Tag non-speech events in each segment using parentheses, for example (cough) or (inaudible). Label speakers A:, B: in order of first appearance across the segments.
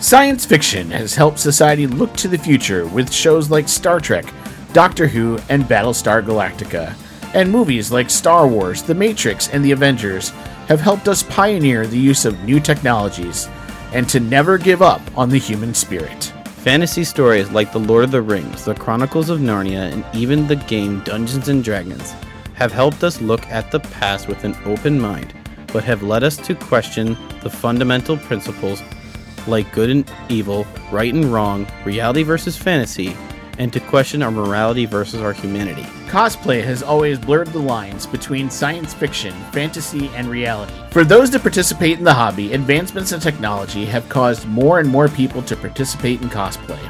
A: Science fiction has helped society look to the future with shows like Star Trek, Doctor Who, and Battlestar Galactica. And movies like Star Wars, The Matrix, and The Avengers have helped us pioneer the use of new technologies and to never give up on the human spirit.
B: Fantasy stories like The Lord of the Rings, The Chronicles of Narnia, and even the game Dungeons and Dragons have helped us look at the past with an open mind, but have led us to question the fundamental principles like good and evil, right and wrong, reality versus fantasy, and to question our morality versus our humanity.
A: Cosplay has always blurred the lines between science fiction, fantasy, and reality. For those to participate in the hobby, advancements in technology have caused more and more people to participate in cosplay.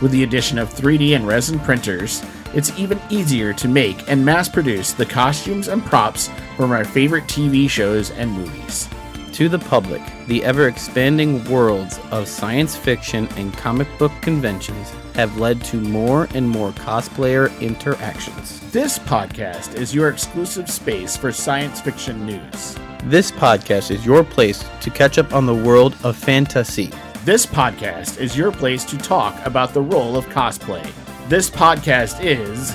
A: With the addition of 3D and resin printers, it's even easier to make and mass produce the costumes and props from our favorite TV shows and movies.
B: To the public, the ever expanding worlds of science fiction and comic book conventions have led to more and more cosplayer interactions.
A: This podcast is your exclusive space for science fiction news.
B: This podcast is your place to catch up on the world of fantasy.
A: This podcast is your place to talk about the role of cosplay. This podcast is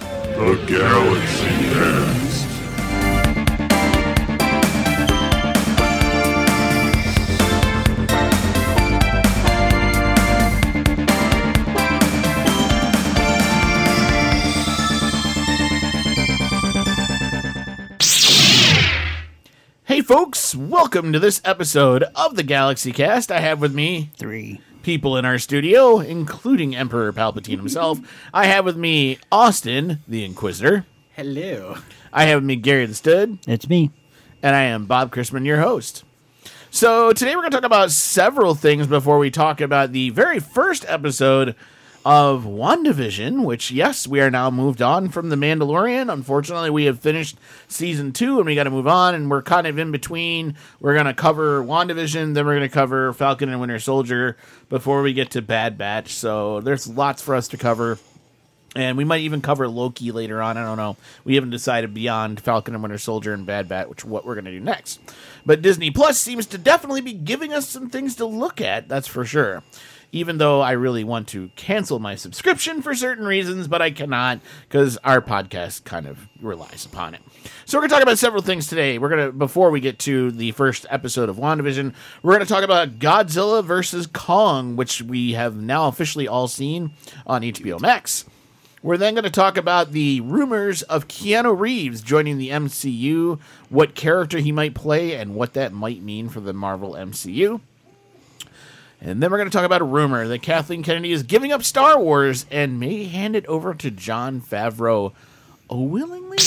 C: The galaxy ends.
A: Hey folks, welcome to this episode of the Galaxy Cast. I have with me
D: three.
A: people in our studio, including Emperor Palpatine himself. I have with me Austin, the Inquisitor.
B: Hello.
A: I have with me Gary the Stud,
D: It's me.
A: and I am Bob Chrisman, your host. So today we're going to talk about several things before we talk about the very first episode of WandaVision, which yes, we are now moved on from The Mandalorian. Unfortunately, we have finished season 2 and we got to move on and we're kind of in between. We're going to cover WandaVision, then we're going to cover Falcon and Winter Soldier before we get to Bad Batch. So there's lots for us to cover. And we might even cover Loki later on. I don't know. We haven't decided beyond Falcon and Winter Soldier and Bad Bat, which what we're going to do next. But Disney Plus seems to definitely be giving us some things to look at. That's for sure. Even though I really want to cancel my subscription for certain reasons, but I cannot because our podcast kind of relies upon it. So we're going to talk about several things today. We're going to before we get to the first episode of WandaVision, we're going to talk about Godzilla versus Kong, which we have now officially all seen on HBO Max. We're then going to talk about the rumors of Keanu Reeves joining the MCU, what character he might play, and what that might mean for the Marvel MCU. And then we're going to talk about a rumor that Kathleen Kennedy is giving up Star Wars and may hand it over to John Favreau willingly?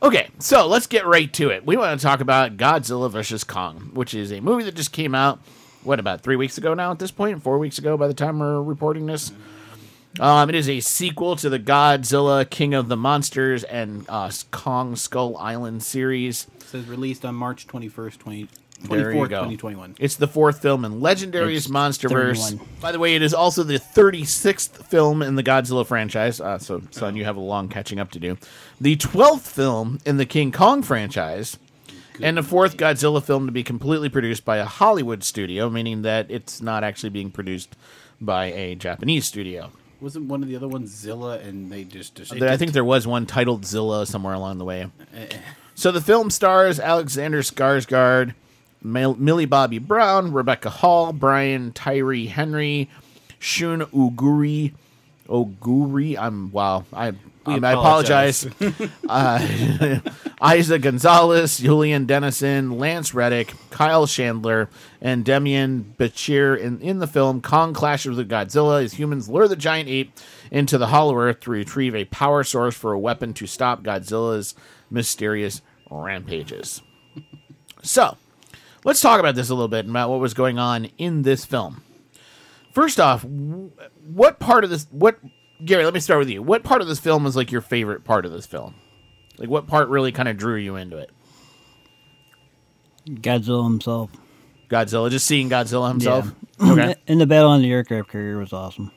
A: Okay, so let's get right to it. We want to talk about Godzilla vs. Kong, which is a movie that just came out, what, about three weeks ago now at this point? Four weeks ago by the time we're reporting this? Um, it is a sequel to the Godzilla, King of the Monsters, and uh, Kong Skull Island series.
E: It says released on March 21st, 20, 24th,
A: There you go.
E: 2021.
A: It's the fourth film in Legendary's MonsterVerse.
E: 31.
A: By the way, it is also the 36th film in the Godzilla franchise. Uh, so, son, you have a long catching up to do. The 12th film in the King Kong franchise. and the fourth Godzilla film to be completely produced by a Hollywood studio, meaning that it's not actually being produced by a Japanese studio.
E: Wasn't one of the other ones Zilla and they just destroyed
A: There- I think there was one titled Zilla somewhere along the way. Eh. So the film stars Alexander Skarsgård, Mil- Millie Bobby Brown, Rebecca Hall, Brian Tyree Henry, Shun Uguri. Oguri, I'm wow. I um, I apologize.
E: apologize.
A: uh, Isaac Gonzalez, Julian Dennison, Lance Reddick, Kyle Chandler, and Demian Bashir in, in the film Kong clashes with Godzilla as humans lure the giant ape into the hollow earth to retrieve a power source for a weapon to stop Godzilla's mysterious rampages. So, let's talk about this a little bit and about what was going on in this film. First off, w- what part of this? What Gary? Let me start with you. What part of this film was like your favorite part of this film? Like, what part really kind of drew you into it?
D: Godzilla himself.
A: Godzilla, just seeing Godzilla
D: (laughs)
A: himself. Okay,
D: And the battle on the aircraft carrier was awesome.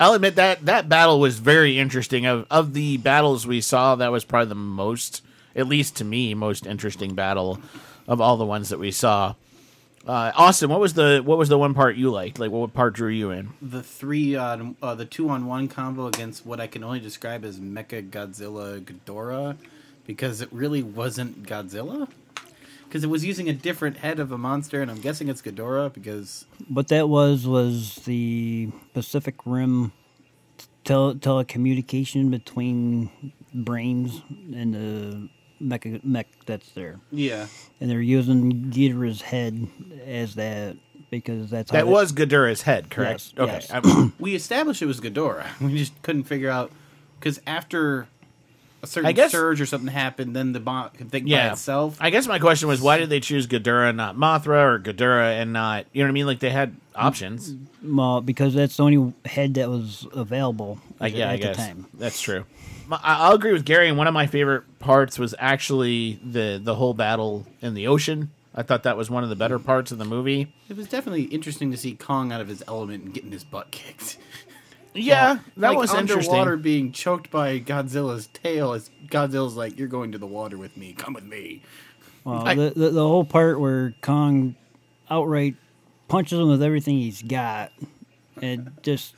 A: I'll admit that that battle was very interesting. Of of the battles we saw, that was probably the most, at least to me, most interesting battle of all the ones that we saw. Uh, Austin, what was the what was the one part you liked? Like, what part drew you in?
E: The three on uh, the two on one combo against what I can only describe as Mecha Godzilla Ghidorah, because it really wasn't Godzilla, because it was using a different head of a monster, and I'm guessing it's Ghidorah because
D: What that was was the Pacific Rim tele- telecommunication between brains and the mech, mech that's there.
E: yeah,
D: And they're using Ghidorah's head as that because that's how
A: That
D: they-
A: was Ghidorah's head, correct?
D: Uh, Yes, yes. (clears throat)
A: okay. I'm-
E: we established it was Ghidorah. (laughs) We just couldn't figure out because after a
A: I
E: certain
A: guess-
E: surge or something happened, then the bomb could think by
A: yeah.
E: itself.
A: I guess my question was why did they choose Ghidorah, and not Mothra, or Ghidorah, and not you know what I mean? Like they had options.
D: well, because that's the only head that was available
A: I,
D: at,
A: yeah,
D: at
A: I
D: the
A: guess
D: time.
A: that's true. My- I- I'll agree with Gary. And one of my favorite parts was actually the the whole battle in the ocean. I thought that was one of the better parts of the movie.
E: It was definitely interesting to see Kong out of his element and getting his butt kicked. (laughs)
A: Yeah, that
E: like
A: was
E: underwater
A: interesting.
E: being choked by Godzilla's tail as Godzilla's like, "You're going to the water with me. Come with me."
D: Well,
A: I-
D: Oh, the, the the whole part where Kong outright punches him with everything he's got, and it just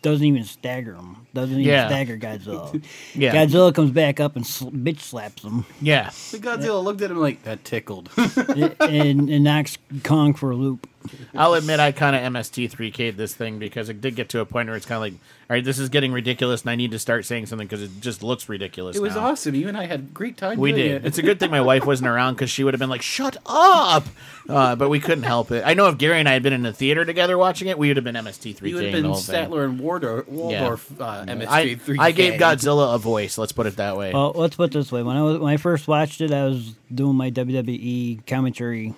D: doesn't even stagger him. Doesn't even
A: Yeah.
D: stagger Godzilla.
A: (laughs) Yeah.
D: Godzilla comes back up and sl- bitch slaps him
A: Yeah,
E: The Godzilla looked at him like
A: (laughs)
E: that tickled.
D: and, and, and knocks Kong for a loop.
A: I'll admit I kind of MST3K'd this thing because it did get to a point where it's kind of like, all right, this is getting ridiculous, and I need to start saying something because it just looks ridiculous.
E: it was
A: now.
E: awesome. You and I had a great time.
A: We
E: doing
A: did.
E: It.
A: It's a good thing my wife wasn't around because she would have been like, "Shut up!" Uh, but we couldn't help it. I know if Gary and I had been in the theater together watching it, we would have been MST3K.
E: you would have been Statler and Waldor- Waldorf uh,
A: I,
E: MSG3.
A: I gave Godzilla a voice. Let's put it that way.
D: Well, let's put it this way: when I was when I first watched it, I was doing my WWE commentary.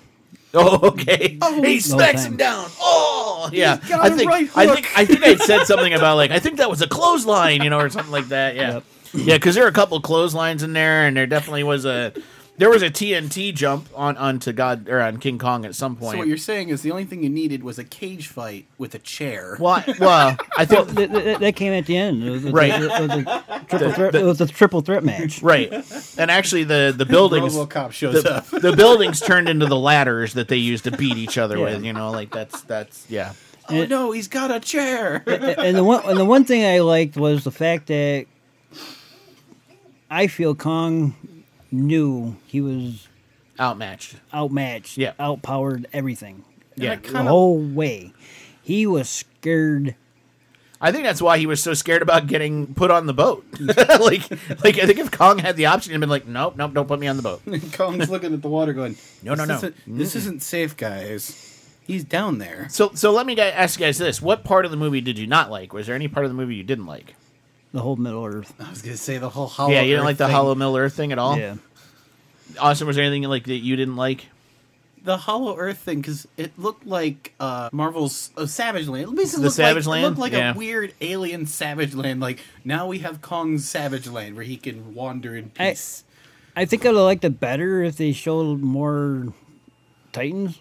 A: (laughs) oh, okay. he smacks him
D: time.
A: down. Oh, yeah.
E: got
A: I
E: a
A: think,
E: right
A: I
E: hook.
A: think I think I had said something about like I think that was a clothesline, you know, or something like that. Yeah, Yeah, 'cause yeah. Because there are a couple clotheslines in there, and there definitely was a there was a TNT jump on onto God or on King Kong at some point.
E: So
A: (laughs)
E: what you're saying is the only thing you needed was a cage fight with a chair.
A: Well, I- well, I think
D: (laughs) That, that, that came at the end. It was, it was-
A: Right.
D: It was, a triple threat, it was a triple threat match.
A: right, and actually the
E: (laughs)
A: the buildings
E: RoboCop shows
A: the,
E: up.
A: the buildings turned into the ladders that they used to beat each other
D: Yeah.
A: with. You know, like that's that's (laughs) yeah.
E: Oh no, he's got a chair.
A: (laughs)
D: and the one and the one thing I liked was the fact that I feel Kong knew he was
A: Outmatched.
D: outmatched,
A: Yeah.
D: outpowered everything
A: Yeah,
D: the whole way. He was scared.
A: I think that's why he was so scared about getting put on the
E: (laughs)
A: boat. (laughs) like, like I think if Kong had the option, he'd been like, "Nope, nope, don't put me on the
E: (laughs)
A: boat."
E: Kong's looking at the water, going,
A: No, no,
E: "This
A: no.
E: isn't- this isn't safe, guys. He's down there."
A: So, so let me gu- ask you guys this: What part of the movie did you not like? Was there any part of the movie you didn't like?
D: The whole Middle Earth.
E: I was gonna say the whole hollow.
A: yeah, you didn't
E: Oh, Earth
A: like the
E: thing.
A: Hollow Mill Earth thing at all.
D: Yeah,
A: Austin, was there anything like that you didn't like?
E: the Hollow Earth thing because it looked like uh, Marvel's uh, Savage Land. It basically
A: The
E: looked like-
A: Savage
E: It
A: Land?
E: looked like
A: Yeah.
E: a weird alien Savage Land. Like now we have Kong's Savage Land where he can wander in
D: I-
E: peace.
D: I think I'd have liked it better if they showed more Titans.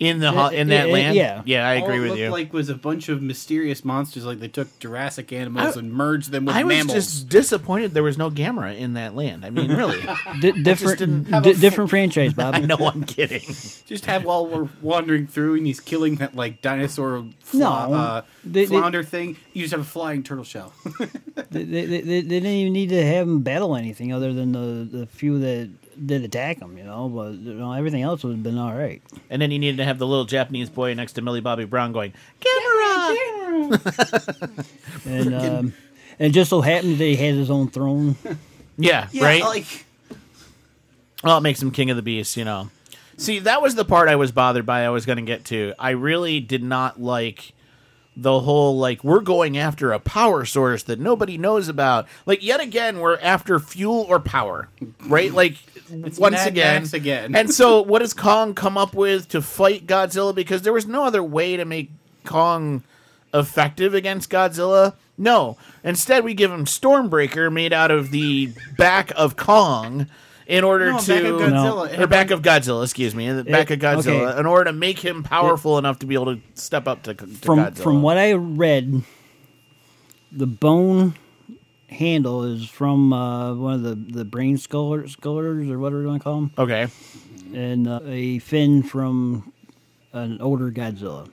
A: In the ho-
D: Uh,
A: in that
D: uh,
A: land?
D: yeah.
A: yeah, I agree
E: All it
A: with
E: looked
A: you.
E: Like was a bunch of mysterious monsters. Like they took Jurassic animals
A: I-
E: and merged them with
A: I was
E: mammals.
A: just disappointed there was no Gamera in that land. I mean,
E: (laughs)
A: really? (laughs)
D: D- different,
A: didn't
D: di- different franchise,
A: (laughs)
D: Bob.
A: no, I'm kidding.
E: Just have while we're wandering through and he's killing that like dinosaur fla-
D: No.
E: uh,
D: They- they-
E: flounder thing. You just have a flying turtle shell. (laughs)
D: They, they, they, they didn't even need to have him battle anything other than the, the few that did attack him, you know. But you know, everything else would have been all right.
A: And then you needed to have the little Japanese boy next to Millie Bobby Brown going, Gamera!
D: And um, and it just so happened that he had his own throne.
A: Yeah,
E: yeah,
A: right?
E: Like
A: well, it makes him King of the Beast, you know. See, that was the part I was bothered by, I was going to get to. I really did not like the whole, like, we're going after a power source that nobody knows about. Like, yet again, we're after fuel or power, right? Like, once
E: Mad
A: again.
E: Max again.
A: and so, what does Kong come up with to fight Godzilla? Because there was no other way to make Kong effective against Godzilla. No. Instead, we give him Stormbreaker made out of the back of Kong in order
E: No,
A: to.
E: back of Godzilla.
A: Or back of Godzilla, excuse me, the back of Godzilla,
D: okay.
A: in order to make him powerful enough to be able to step up to, to
D: From
A: Godzilla.
D: from what I read, the bone handle is from uh, one of the the brain skullers, skullers or whatever you want to call them,
A: Okay,
D: and uh, a fin from an older Godzilla.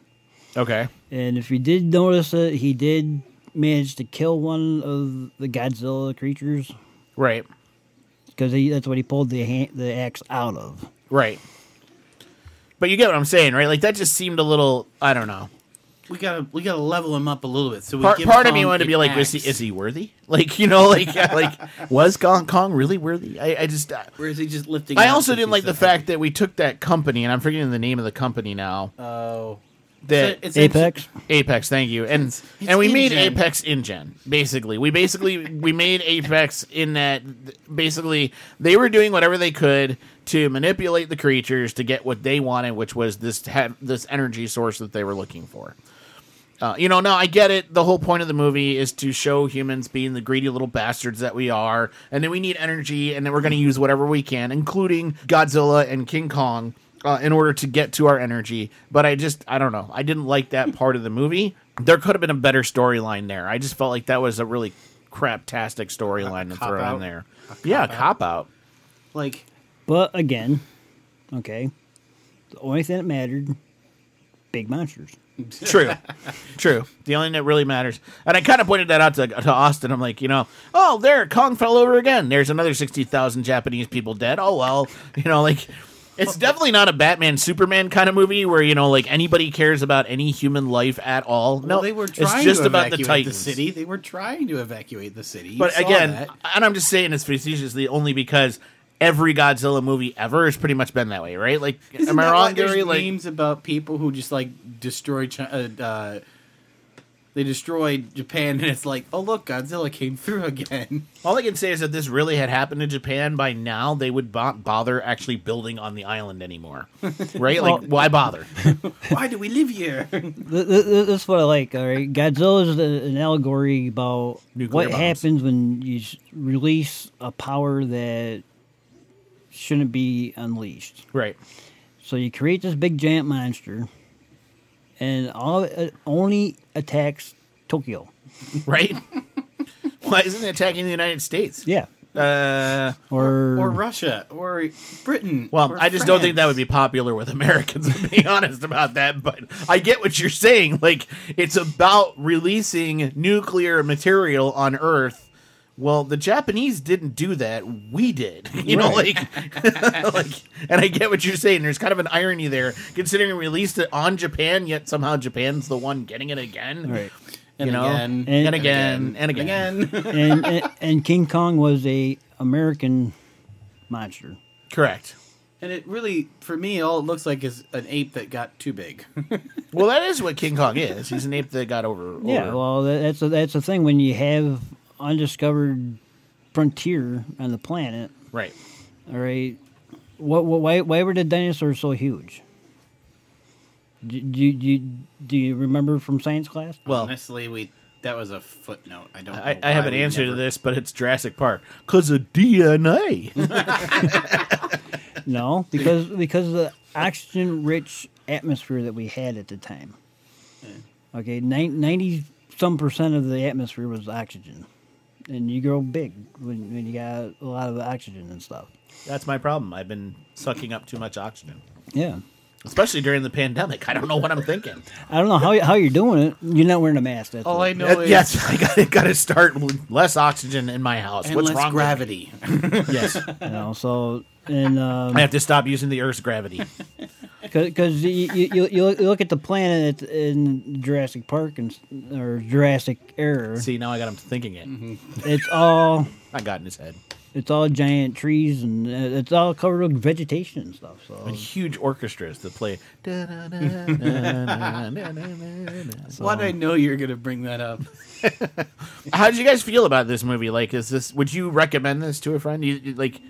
A: Okay.
D: And if you did notice it, he did manage to kill one of the Godzilla creatures
A: Right.
D: because that's what he pulled the ha- the axe out of.
A: Right. But you get what I'm saying, right? Like that just seemed a little. I don't know.
E: We gotta we gotta level him up a little bit. So we
A: Part,
E: give
A: part of
E: Kong
A: me wanted to
E: an
A: be like, is
E: axe.
A: he, is he worthy? (laughs) Like you know, like like (laughs) was Kong Kong really worthy? I, I just. uh, I,
E: Or is he just lifting?
A: I
E: up
A: also
E: since
A: didn't
E: he's
A: like
E: so
A: the
E: heavy?
A: fact that we took that company, and I'm forgetting the name of the company now.
E: Oh,
A: That
E: So it's-
D: Apex.
A: Apex, thank you, and
E: it's
A: and we made
E: InGen.
A: Apex InGen. Basically, we basically we made Apex in that th- basically they were doing whatever they could to manipulate the creatures to get what they wanted, which was this had this energy source that they were looking for. Uh, you know, now I get it. The whole point of the movie is to show humans being the greedy little bastards that we are, and then we need energy, and then we're going to use whatever we can, including Godzilla and King Kong, uh, in order to get to our energy. But I just, I don't know. I didn't like that part of the movie. There could have been a better storyline there. I just felt like that was a really craptastic storyline to throw in
E: cop-out.
A: there. yeah, cop out.
E: like
D: But again, okay, the only thing that mattered, big monsters.
A: True. True. The only thing that really matters. And I kind of pointed that out to, to Austin. I'm like, you know, oh, there, Kong fell over again. There's another 60,000 Japanese people dead. Oh, well. (laughs) You know, like, it's definitely not a Batman Superman kind of movie where, you know, like anybody cares about any human life at all. (laughs) No,
E: well, they were trying
A: it's just
E: to
A: about the
E: evacuate
A: Titans.
E: city. They were trying to evacuate the city. You
A: But
E: saw
A: again,
E: that.
A: and I'm just saying this facetiously only because every Godzilla movie ever has pretty much been that way, right? Like,
E: Isn't
A: am I
E: that
A: wrong,
E: why there's
A: Gary? Like,
E: memes about people who just like destroy China. Uh, they destroyed Japan, and it's like, oh look, Godzilla came through again. (laughs)
A: All I can say is that this really had happened to Japan by now, they would bo- bother actually building on the island anymore, right? Like, why bother? (laughs)
E: Why do we live here?
D: Th- th- th- That's what I like. All right, Godzilla is an allegory about
A: Nuclear
D: what
A: bombs.
D: happens when you s- release a power that shouldn't be unleashed.
A: Right,
D: So you create this big giant monster, and all it only attacks Tokyo.
A: right. (laughs) why isn't it attacking the United States?
D: Yeah,
A: Uh,
D: or,
E: or Russia, or Britain?
A: well,
E: or
A: I just don't think that
E: France.
A: would be popular with Americans. (laughs) To be honest about that, but I get what you're saying. Like, it's about releasing nuclear material on Earth. Well, the Japanese didn't do that. We did. (laughs) You know, like, (laughs) like, and I get what you're saying. There's kind of an irony there, considering we released it on Japan, yet somehow Japan's the one getting it again.
D: right.
A: You
E: And
A: know,
E: again,
A: and,
D: and
A: again, and again.
D: (laughs)
E: again. (laughs)
D: and, and and King Kong was a American monster.
A: Correct.
E: and it really, for me, all it looks like is an ape that got too big. (laughs)
A: Well, that is what King Kong is. He's an ape that got over.
D: Yeah,
A: over.
D: well, tha- that's a, that's the thing when you have undiscovered frontier on the planet.
A: right.
D: All right, what, what why why were the dinosaurs so huge? Do, do, do, do you remember from science class?
A: Well,
E: Honestly, we that was a footnote. I don't.
A: I,
E: know
A: I have
E: why
A: an
E: we
A: answer to
E: Oh, never-
A: this, but it's Jurassic Park because of DNA.
D: No, because because of the oxygen rich atmosphere that we had at the time. Okay, ninety some percent of the atmosphere was oxygen, and you grow big when when you got a lot of oxygen and stuff.
A: (laughs) That's my problem. I've been sucking up too much oxygen,
D: Yeah.
A: especially during the pandemic. I don't know what I'm thinking.
D: I don't know how how you're doing it. You're not wearing a mask. That's
E: All
D: it.
E: Oh, I know
A: Uh,
E: is
A: yes, (laughs) I got to got to start with less oxygen in my house.
E: and
A: What's
E: less
A: wrong? with me?
E: gravity. (laughs)
A: yes,
D: you know. So and um,
A: I have to stop using the Earth's gravity. (laughs)
D: because you, you you you look- you look at the planet at- in Jurassic Park and s- or Jurassic Era,
A: See, now I got him thinking it.
E: Mm-hmm.
D: it's all
A: I got in his head.
D: it's all giant trees and uh, it's all covered with vegetation and stuff. So
A: Huge orchestras that
E: (laughs)
A: play. Da-da-da-da-da-da-da-da-da.
E: Why did I know you're gonna bring that up?
A: How did you guys feel about this movie? Like, is this? Would you recommend this to a friend? You, you- like,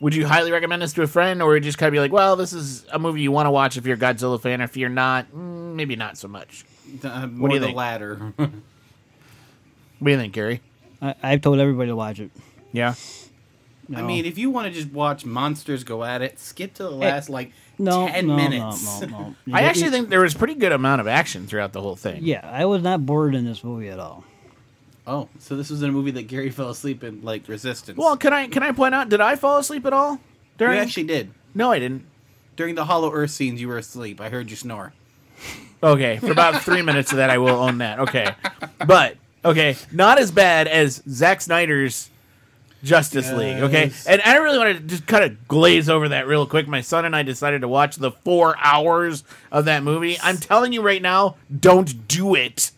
A: would you highly recommend this to a friend, or would you just kind of be like, well, this is a movie you want to watch if you're a Godzilla fan. If you're not, mm, maybe not so much.
E: Uh,
A: What
E: more
A: do you
E: the
A: think?
E: latter. (laughs)
A: What do you think, Gary?
D: I, I've told everybody to watch it.
A: Yeah.
E: I
D: No.
E: mean, if you want to just watch monsters go at it, skip to the last like
D: no,
E: ten
D: no,
E: minutes.
D: No, no, no.
A: I
D: You-
A: actually
D: you-
A: think there was pretty good amount of action throughout the whole thing.
D: yeah, I was not bored in this movie at all.
E: (laughs) Oh, so this was in a movie that (laughs) Gary fell asleep in, like Resistance.
A: Well, can I can I point out? Did I fall asleep at all?
E: you
A: During
E: actually did.
A: No, I didn't.
E: During the Hollow Earth scenes, you were asleep. I heard you snore.
A: Okay, for about three
E: (laughs)
A: minutes of that, I will own that. Okay, but okay, not as bad as Zack Snyder's Justice League. Okay,
E: Yes.
A: and I really want to just kind of glaze over that real quick. My son and I decided to watch the four hours of that movie. I'm telling you right now, don't do it.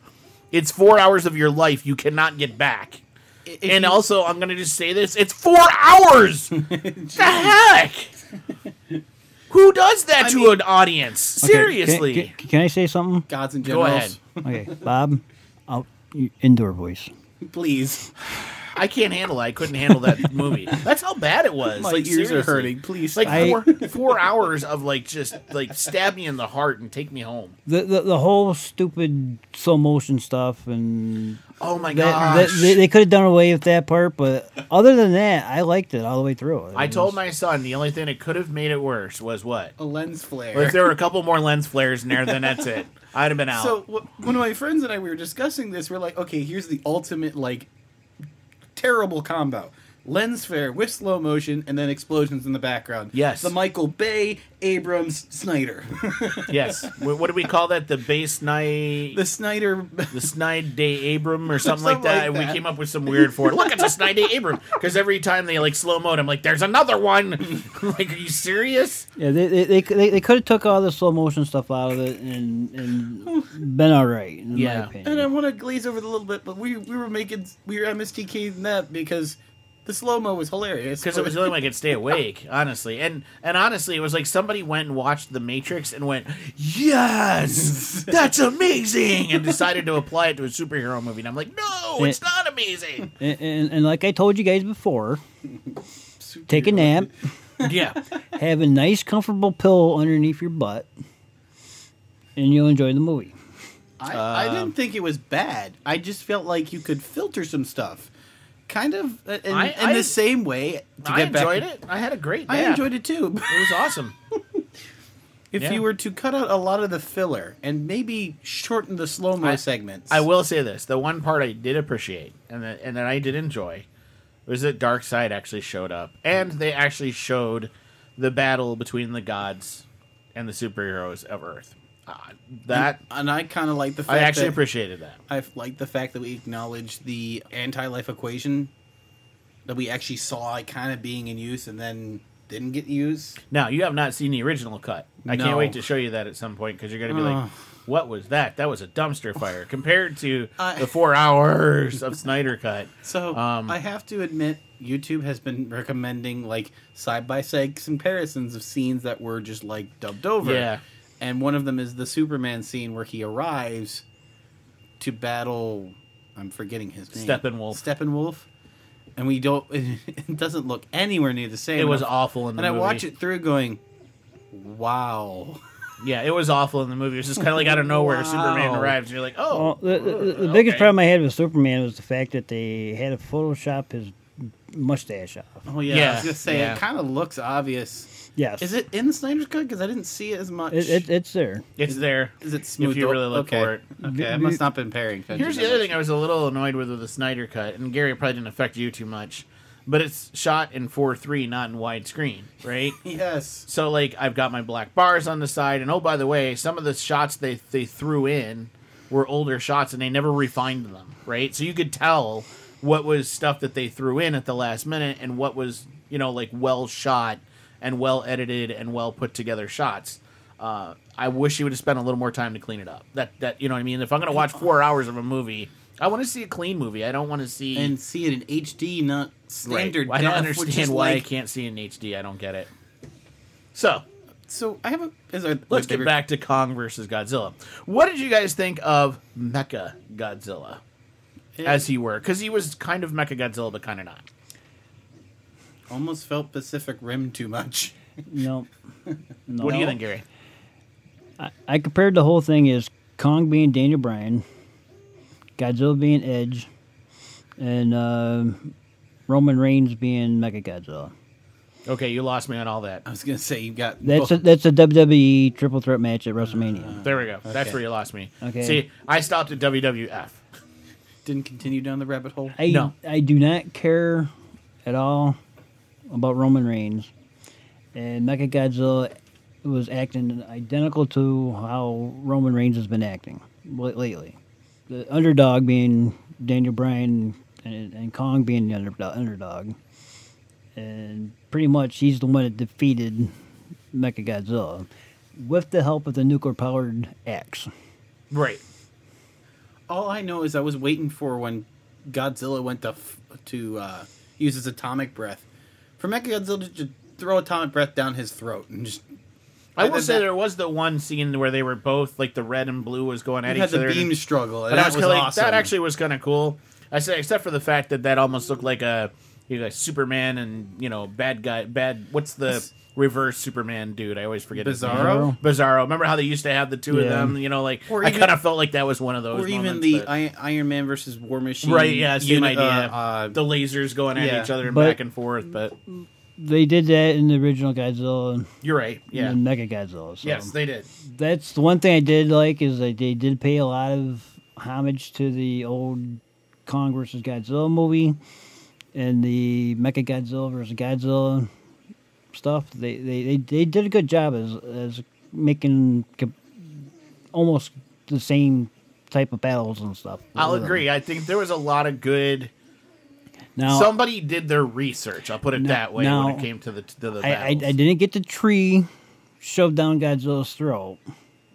A: It's four hours of your life you cannot get back.
E: If
A: And
E: you-
A: also, I'm gonna just say this: it's four
E: (laughs)
A: hours. the heck? Who does that to
E: mean-
A: an audience?
D: Okay,
A: Seriously.
D: Can, can- can I say something?
E: gods and
A: Go
E: generals,
D: Okay, Bob, I'll, you- indoor voice.
E: (laughs) please.
A: I can't handle it. I couldn't handle
D: (laughs)
A: that movie. That's how bad it was.
E: My ears are hurting. Please,
A: Like
E: like
D: I-
A: four, four hours of like just like stab me in the heart and take me home.
D: The, the the whole stupid slow motion stuff and
A: Oh my
D: that,
A: gosh!
D: that, they, they could have done away with that part, but other than that, I liked it all the way through. It
A: I told
D: was-
A: my son the only thing that could have made it worse was what?
E: a lens flare.
A: Well, if there were a couple more lens flares in there, then that's it. I'd have been out.
E: So w- one of my friends and I we were discussing this. We're like, okay, here's the ultimate like terrible combo: lens flare with slow motion, and then explosions in the background.
A: Yes.
E: the Michael Bay, Abrams, Snyder, (laughs)
A: yes. What, what do we call that? The base night.
E: the Snyder. (laughs)
A: the Snide Day Abram or something, like
E: Something
A: that.
E: like
A: We
E: that.
A: came up with some weird for it. Look, it's a Snide Day Abram because every time they like slow mode, I'm like, "There's another one." (laughs) like, are you serious?
D: Yeah, they they, they, they, they could have took all the slow motion stuff out of it and, and been all right. In
A: Yeah.
D: my opinion.
E: and I want to glaze over it a little bit, but we we were making we were MSTK in that because the slow mo was hilarious.
A: Because it was the only way I could stay awake, honestly. And and honestly, it was like somebody went and watched The Matrix and went, "Yes, that's amazing," and decided to apply it to a superhero movie. And I'm like, "No, it's not amazing."
D: And, and, and like I told you
A: (laughs)
D: guys before, take a nap,
A: yeah,
D: have a nice, comfortable pillow underneath your butt, and you'll enjoy the movie.
A: uh,
E: I, I didn't think it was bad. I just felt like you could filter some stuff, kind of uh, in,
A: I-
E: in
A: I-
E: the same way. To
A: I
E: get back-
A: enjoyed it. I had a great.
E: I
A: nap.
E: enjoyed it too. (laughs)
A: It was awesome.
E: if
A: Yeah.
E: you were to cut out a lot of the filler and maybe shorten the slow mo segments,
A: I will say this: the one part I did appreciate, and that, and that I did enjoy, was that Dark Side actually showed up, and they actually showed the battle between the gods and the superheroes of Earth. Uh, that
E: And I kind of like the fact
A: I actually
E: that
A: appreciated that.
E: I like the fact that we acknowledge the anti life equation that we actually saw it kind of being in use and then didn't get used.
A: Now you have not seen the original cut. I can't
E: No.
A: wait to show you that at some point because you're going to be
E: Ugh.
A: like, "What was that? That was a dumpster fire compared to
E: (laughs) I-
A: the four hours of Snyder cut."
E: So
A: Um,
E: I have to admit, YouTube has been recommending like side by side comparisons of scenes that were just like dubbed over.
A: Yeah.
E: And one of them is the Superman scene where he arrives to battle. I'm forgetting his name.
A: Steppenwolf.
E: Steppenwolf. And we don't. (laughs) It doesn't look anywhere near the same.
A: It was
E: And I-
A: awful in
E: And
A: the
E: I
A: movie.
E: watch it through, going, "Wow."
A: Yeah, it was awful in the movie. It was just kind of like out of nowhere,
E: Wow.
A: Superman arrives. And you're like, oh,
D: Well, the, the, the the
A: okay.
D: biggest problem I had with Superman was the fact that they had to Photoshop his mustache off.
E: Oh yeah. (laughs) I
A: Yeah,
E: was gonna say
A: yeah.
E: it kind of looks obvious.
D: Yes,
E: Is it in the Snyder's Cut? Because I didn't see it as much.
D: It, it, it's there.
A: It's there.
E: Is it smooth?
A: If you really look
E: okay.
A: for it.
E: Okay, I must not been paying attention.
A: Here's the other thing I was a little annoyed with with the Snyder cut, and Gary it probably didn't affect you too much, but it's shot in four three, not in widescreen, right?
E: Yes.
A: so like I've got my black bars on the side, and oh by the way, some of the shots they they threw in were older shots, and they never refined them, right? So you could tell what was stuff that they threw in at the last minute, and what was you know like well shot and well edited and well put together shots. Uh, I wish you would have spent a little more time to clean it up. That that you know what I mean. If I'm gonna watch four hours of a movie, I want to see a clean movie. I don't want to see
E: And see it in HD, not standard.
A: I don't
E: def, which is
A: understand why
E: like-
A: I can't see it in HD. I don't get it. So
E: So I have a. Is our,
A: Let's
E: my
A: get
E: favorite-
A: back to Kong versus Godzilla. What did you guys think of Mecha Godzilla as he were? Because he was kind of Mecha Godzilla, but kind of not.
E: Almost felt Pacific Rim too much.
D: No.
A: (laughs)
D: no.
A: What do you think, Gary?
D: I, I compared the whole thing as Kong being Daniel Bryan, Godzilla being Edge, and uh, Roman Reigns being Mega Godzilla.
A: Okay, you lost me on all that.
E: I was gonna say you got.
D: That's a,
E: both-
D: that's a WWE triple threat match at WrestleMania.
A: There we go. That's
E: Okay.
A: where you lost me.
D: Okay.
A: See, I stopped at WWF.
E: didn't continue down the rabbit hole.
D: I
A: No.
D: I do not care at all about Roman Reigns, and Mechagodzilla was acting identical to how Roman Reigns has been acting li- lately. The underdog being Daniel Bryan and, and Kong being the underdog, underdog, and pretty much he's the one that defeated Mechagodzilla with the help of the nuclear powered axe.
A: Right.
E: All I know is I was waiting for when Godzilla went to f- to uh, use his atomic breath for Mechagodzilla to just throw atomic breath down his throat and just.
A: I will
E: did
A: say
E: that-
A: there was the one scene where they were both like the red and blue was going at
E: You had
A: each
E: the
A: other.
E: beam struggle, and
A: and I
E: that was,
A: was kinda like,
E: awesome.
A: That actually was kind of cool. I said, except for the fact that that almost looked like a you know, like Superman and you know bad guy bad. What's the reverse Superman dude? I always forget. his name.
E: Bizarro?
A: Bizarro. Remember how they used to have the two of
D: Yeah.
A: them? You know, like
E: Or
A: I
E: even-
A: kind of felt like that was one of those.
E: or even
A: moments,
E: the
A: but-
E: I- Iron Man versus War Machine,
A: right, yeah, same
E: uni-
A: idea.
E: uh,
A: the lasers going at
E: yeah.
A: each other and
D: But-
A: back and forth. But
D: They did that in the original Godzilla
A: you're right. Yeah.
D: and Mega Godzilla. So
A: Yes, they did.
D: that's the one thing I did like is that they did pay a lot of homage to the old Kong versus Godzilla movie and the Mecha Godzilla versus Godzilla stuff. They they, they, they did a good job as as making co- almost the same type of battles and stuff. uh,
A: I'll agree. I think there was a lot of good.
D: Now,
A: Somebody did their research. I'll put it
D: No-
A: that way
D: no.
A: when it came to the to the
D: I, I, I
A: battles.
D: didn't get the tree shoved down Godzilla's throat,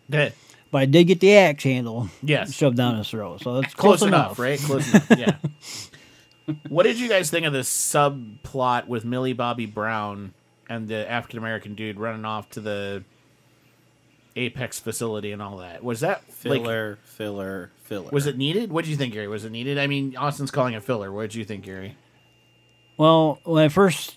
A: That-
D: but I did get the axe handle
A: Yes.
D: shoved down his throat. So it's
A: close,
D: close,
A: enough, right? Close enough. Yeah.
D: (laughs)
A: what did you guys think of this subplot with Millie Bobby Brown and the African American dude running off to the Apex facility and all that? Was that like
E: filler, filler, filler.
A: was it needed? What did you think, Gary? Was it needed? I mean, Austin's calling it filler. What did you think, Gary?
D: Well, when I first,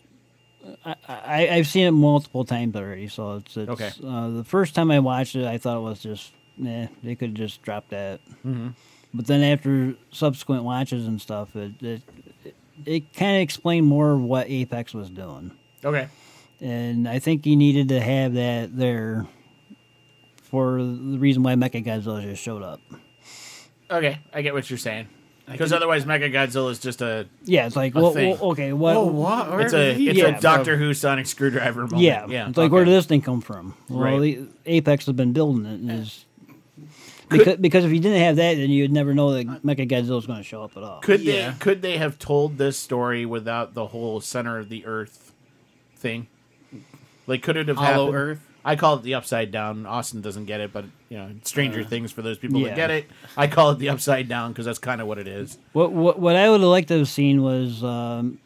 D: I, I I've seen it multiple times already. So it's, it's
A: Okay.
D: Uh, the first time I watched it, I thought it was just, eh, they could just drop that. Mm-hmm. But then after subsequent watches and stuff, it it, it kind of explained more what Apex was doing,
A: Okay.
D: and I think you needed to have that there for the reason why Mechagodzilla just showed up.
A: Okay, I get what you're saying. Because
E: can-
A: otherwise, Mega Godzilla is just a
D: Yeah, it's like, well,
A: thing.
D: well, okay, what?
E: Oh, what? Where
A: it's a
E: did he-
A: it's
D: Yeah.
A: a Doctor Who sonic screwdriver moment.
D: Yeah,
A: yeah.
D: It's like where
A: okay.
D: did this thing come from? Well,
A: Right.
D: the Apex has been building it, and is because, because if you didn't have that, then you'd never know that Mechagodzilla was going to show up at all.
A: Could
E: Yeah.
A: they could they have told this story without the whole center of the earth thing? Like could it have
E: Hollow
A: happened?
E: Earth?
A: I call it the upside down. Austin doesn't get it, but you know, Stranger Things for those people
D: yeah.
A: that get it. I call it the upside down because that's kind of what it is.
D: What what what I would have liked to have seen was um,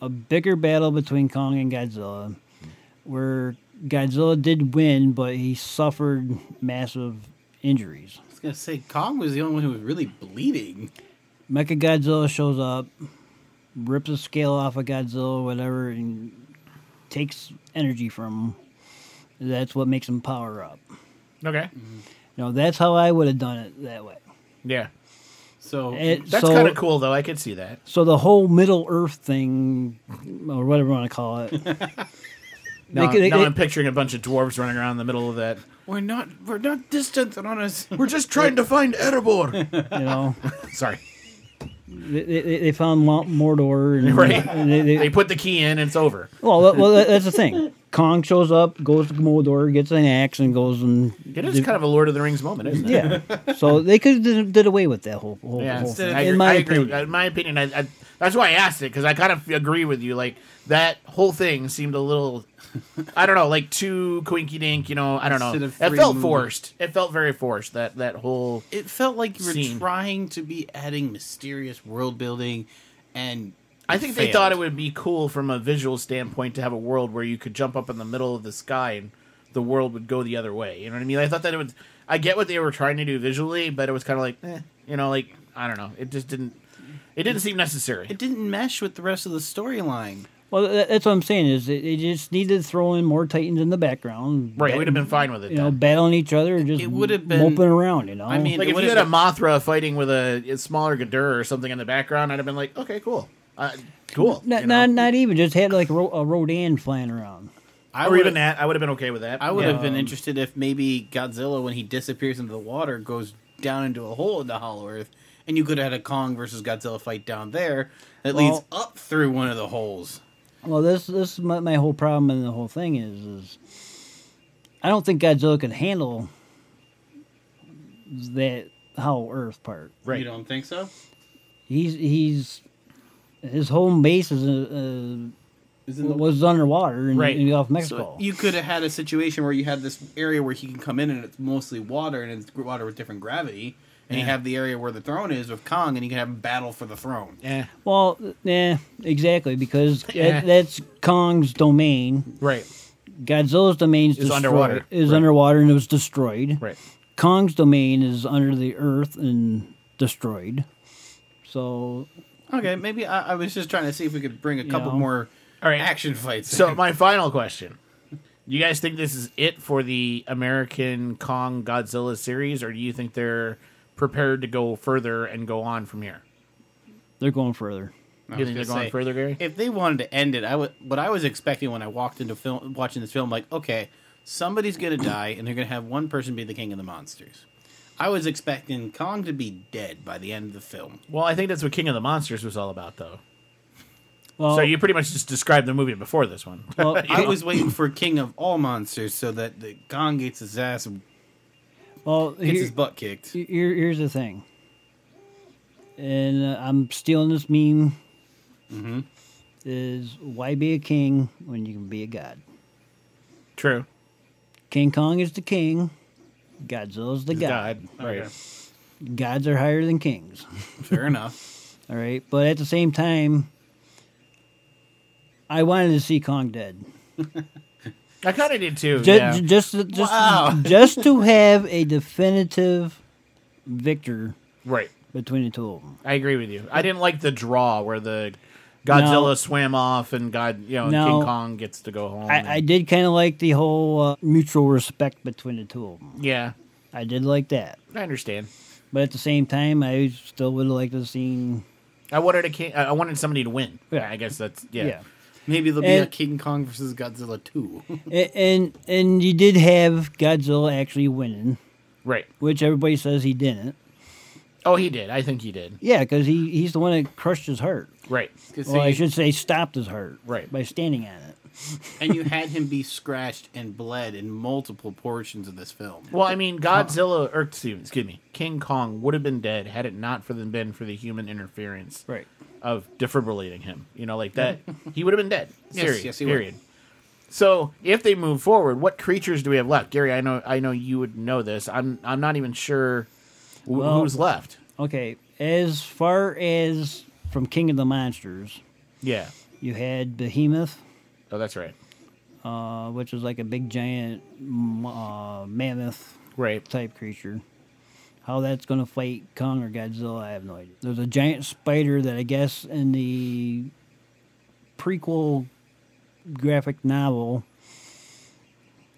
D: a bigger battle between Kong and Godzilla, where Godzilla did win, but he suffered massive injuries.
E: I was gonna say Kong was the only one who was really bleeding.
D: Mechagodzilla shows up, rips a scale off of Godzilla, whatever, and takes energy from him. That's what makes him power up.
A: Okay.
D: You know, that's how I would have done it that way.
A: Yeah,
E: So
D: It-
A: that's
D: so,
A: kind of cool though. I could see that.
D: So the whole Middle Earth thing, or whatever you want to call it.
A: Now,
D: They- they-
A: now
D: they-
A: (laughs) I'm picturing a bunch of dwarves running around in the middle of that.
E: we're not we're not distant on us.
A: We're just trying to find Erebor.
D: you know,
A: (laughs) Sorry.
D: they, they, they found Mo- Mordor, and,
A: Right.
D: and they, they-
A: They put the key in and it's over.
D: well, that- well, that- that's the thing. Kong shows up, goes to Mordor, gets an axe, and goes and
A: It is kind of a Lord of the Rings moment, isn't it?
D: yeah. so they could have did, did away with that whole whole,
A: Yeah,
D: whole thing.
A: I, agree,
D: in my
A: I agree.
D: opinion.
A: In my opinion, I, I, that's why I asked it because I kind of agree with you. Like that whole thing seemed a little, I don't know, like too quinky dink. You know, I don't know.
E: Instead
A: It
E: of
A: felt
E: free movement.
A: forced. It felt very forced. That that whole
E: It felt like you were
A: Scene.
E: trying to be adding mysterious world building, and
A: I think they thought it would be cool from a visual standpoint to have a world where you could jump up in the middle of the sky and the world would go the other way. You know what I mean? I thought that it would. I get what they were trying to do visually, but it was kind of like, eh, you know, like I don't know. It just didn't. It didn't seem necessary.
E: It didn't mesh with the rest of the storyline.
D: Well, tha- that's what I'm saying is they, they just needed to throw in more Titans in the background.
A: Right,
D: Bat-
A: we'd have been fine with it.
D: you know
A: then.
D: battling each other and just
E: It would have been-
D: moping around. You know,
E: I mean,
A: Like if
E: It
A: you
E: would've
A: had a
E: been-
A: Mothra fighting with a, a smaller Ghidorah or something in the background, I'd have been like, okay, cool, uh, cool.
D: not
A: you know?
D: not, not even just had like a, ro- a Rodan flying around.
E: I
A: or
E: would've-
A: even that, I would have been okay with that.
E: I would
A: Yeah.
E: have been interested if maybe Godzilla, when he disappears into the water, goes down into a hole in the Hollow Earth, and you could have had a Kong versus Godzilla fight down there that leads
D: Well-
E: up through one of the holes.
D: Well, this this is my, my whole problem and the whole thing is is I don't think Godzilla could handle that whole Earth part.
E: You don't think so?
D: He's he's his home base is uh,
E: Isn't
D: uh,
E: the
D: was underwater in,
A: Right.
D: in the Gulf of
E: So
D: Mexico.
E: you could have had a situation where you had this area where he can come in and it's mostly water and it's water with different gravity, and you have the area where the throne is with Kong, and you can have a battle for the throne.
A: Eh,
D: well, yeah, exactly
A: (laughs)
D: because that, that's Kong's domain.
A: right,
D: Godzilla's domain is
A: Is underwater.
D: Is
A: Right.
D: underwater and it was destroyed.
A: right.
D: Kong's domain is under the earth and destroyed. So
E: Okay, maybe I, I was just trying to see if we could bring a couple
D: know.
E: more
A: All right.
E: action fights.
A: So my final question: You guys think this is it for the American Kong Godzilla series, or do you think they're prepared to go further and go on from here?
D: they're going further.
E: I
A: You think
E: was
A: they're
E: gonna
A: going
E: say,
A: further, Gary?
E: If they wanted to end it, I would. What I was expecting when I walked into film, watching this film, like, okay, somebody's gonna die, and they're gonna have one person be the king of the monsters. I was expecting Kong to be dead by the end of the (laughs) film.
A: Well, I think that's what King of the Monsters was all about, though.
D: Well,
A: So you pretty much just described the movie before this one.
D: (laughs)
A: (laughs)
D: well,
E: I was waiting for King of All Monsters so that the Kong gets his ass gets
D: well, here-
E: his butt (laughs) kicked.
D: here- here's the thing, and uh, I'm stealing this meme.
A: Mm-hmm.
D: Is why be a king when you can be a god?
A: True.
D: King Kong is the king, Godzilla's the god.
A: God. Right.
D: Gods are higher than kings.
E: Fair enough.
D: All right, but at the same time, I wanted to see Kong dead.
A: I kind of did too.
D: Ju-
A: yeah.
D: ju- just just (laughs) just,
E: Wow.
D: to have a definitive victor
A: right.
D: between the two of them.
A: I agree with you. I didn't like the draw where the Godzilla
D: No.
A: swam off and God, you know,
D: No.
A: King Kong gets to go home.
D: I, I did kind of like the whole uh, mutual respect between the two of them.
A: yeah,
D: I did like that,
A: I understand.
D: but at the same time, I still would have liked to have seen.
A: I wanted a king. I I wanted somebody to win.
D: Yeah.
A: I guess that's
D: Yeah.
A: yeah.
E: Maybe there'll be a
D: And-
E: King Kong versus Godzilla (laughs) 2.
D: A- and and you did have Godzilla actually winning,
A: Right.
D: which everybody says he didn't.
A: Oh, he did. I think he did.
D: Yeah, because he he's the one that crushed his heart.
A: Right.
D: well, I should say stopped his heart.
A: Right.
D: by standing on it.
E: and you had him be scratched and bled in multiple portions of this film.
A: Well, I mean, Godzilla, or excuse me, excuse me, King Kong would have been dead had it not for the, been for the human interference
D: Right.
A: of defibrillating him. You know, like
E: (laughs)
A: that. he would have been dead.
E: Yes,
A: Serious,
E: yes, he would.
A: period. So, if they move forward, what creatures do we have left, Gary? I know, I know you would know this. I'm, I'm not even sure wh-
D: Well-
A: who's left.
D: Okay, as far as from King of the Monsters,
A: Yeah.
D: you had Behemoth,
A: Oh, that's right.
D: uh, which is like a big giant m- uh, mammoth
A: Right.
D: type creature. How that's going to fight Kong or Godzilla, I have no idea. There's a giant spider that I guess in the prequel graphic novel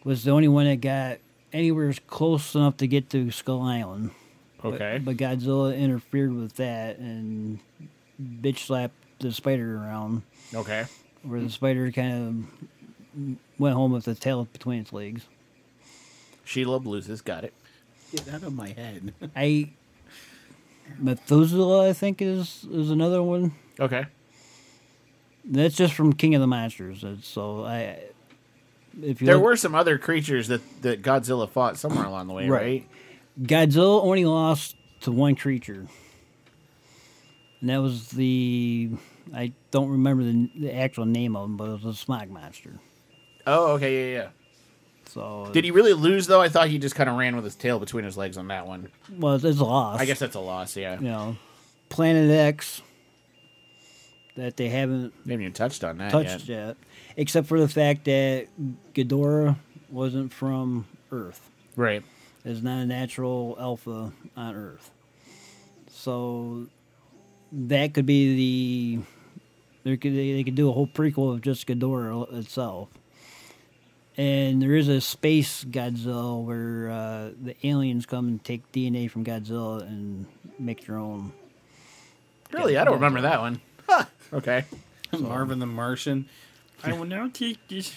D: was the only one that got anywhere close enough to get to Skull Island.
A: Okay.
D: But Godzilla interfered with that and bitch slapped the spider around,
A: okay.
D: where the spider kind of went home with the tail between its legs.
A: Sheila loses. Got it.
E: Get out of my head.
D: I Methuselah, I think, is is another one.
A: Okay.
D: That's just from King of the Monsters. That's- So I, if you
A: There
D: look-
A: were some other creatures that, that Godzilla fought somewhere along the way, right?
D: Right. Godzilla only lost to one creature, and that was the I don't remember the, the actual name of him, but it was a smog monster.
A: Oh, okay. Yeah, yeah.
D: So
A: Did he really lose though? I thought he just kind of ran with his tail between his legs on that one.
D: Well, it's a loss.
A: I guess that's a loss. Yeah,
D: you know, Planet X that they haven't
A: we haven't even touched on that
D: touched
A: yet.
D: yet, except for the fact that Ghidorah wasn't from Earth.
A: Right.
D: It's not a natural alpha on Earth, so that could be the there could they, they could do a whole prequel of just Ghidorah itself. And there is a space Godzilla where uh, the aliens come and take DNA from Godzilla and make their own.
A: Really, I don't remember that one. Huh. Okay.
E: (laughs) Marvin the Martian. I will now take this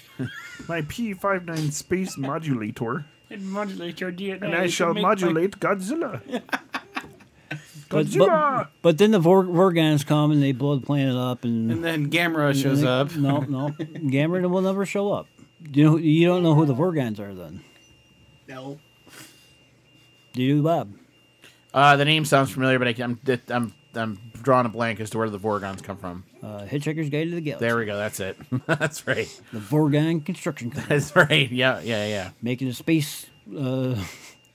F: My P59 space modulator,
E: and modulate your DNA.
F: and I shall modulate Godzilla.
D: But,
F: Godzilla!
D: but, but then the Vor- Vorgons come and they blow the planet up, and,
E: And then Gamera shows
D: they-
E: up.
D: No, no, Gamera will never show up. You know, you don't know who the Vorgons are then.
E: No.
D: Do you, Bob?
A: Uh, the name sounds familiar, but I, can- I'm I'm I'm drawing a blank as to where the Vorgons come from.
D: Uh, Hitchhiker's Guide to the Galaxy.
A: There we go. That's it. (laughs) that's right.
D: The Vorgon Construction Company
A: That's right. Yeah, yeah, yeah.
D: making a space, uh, (laughs)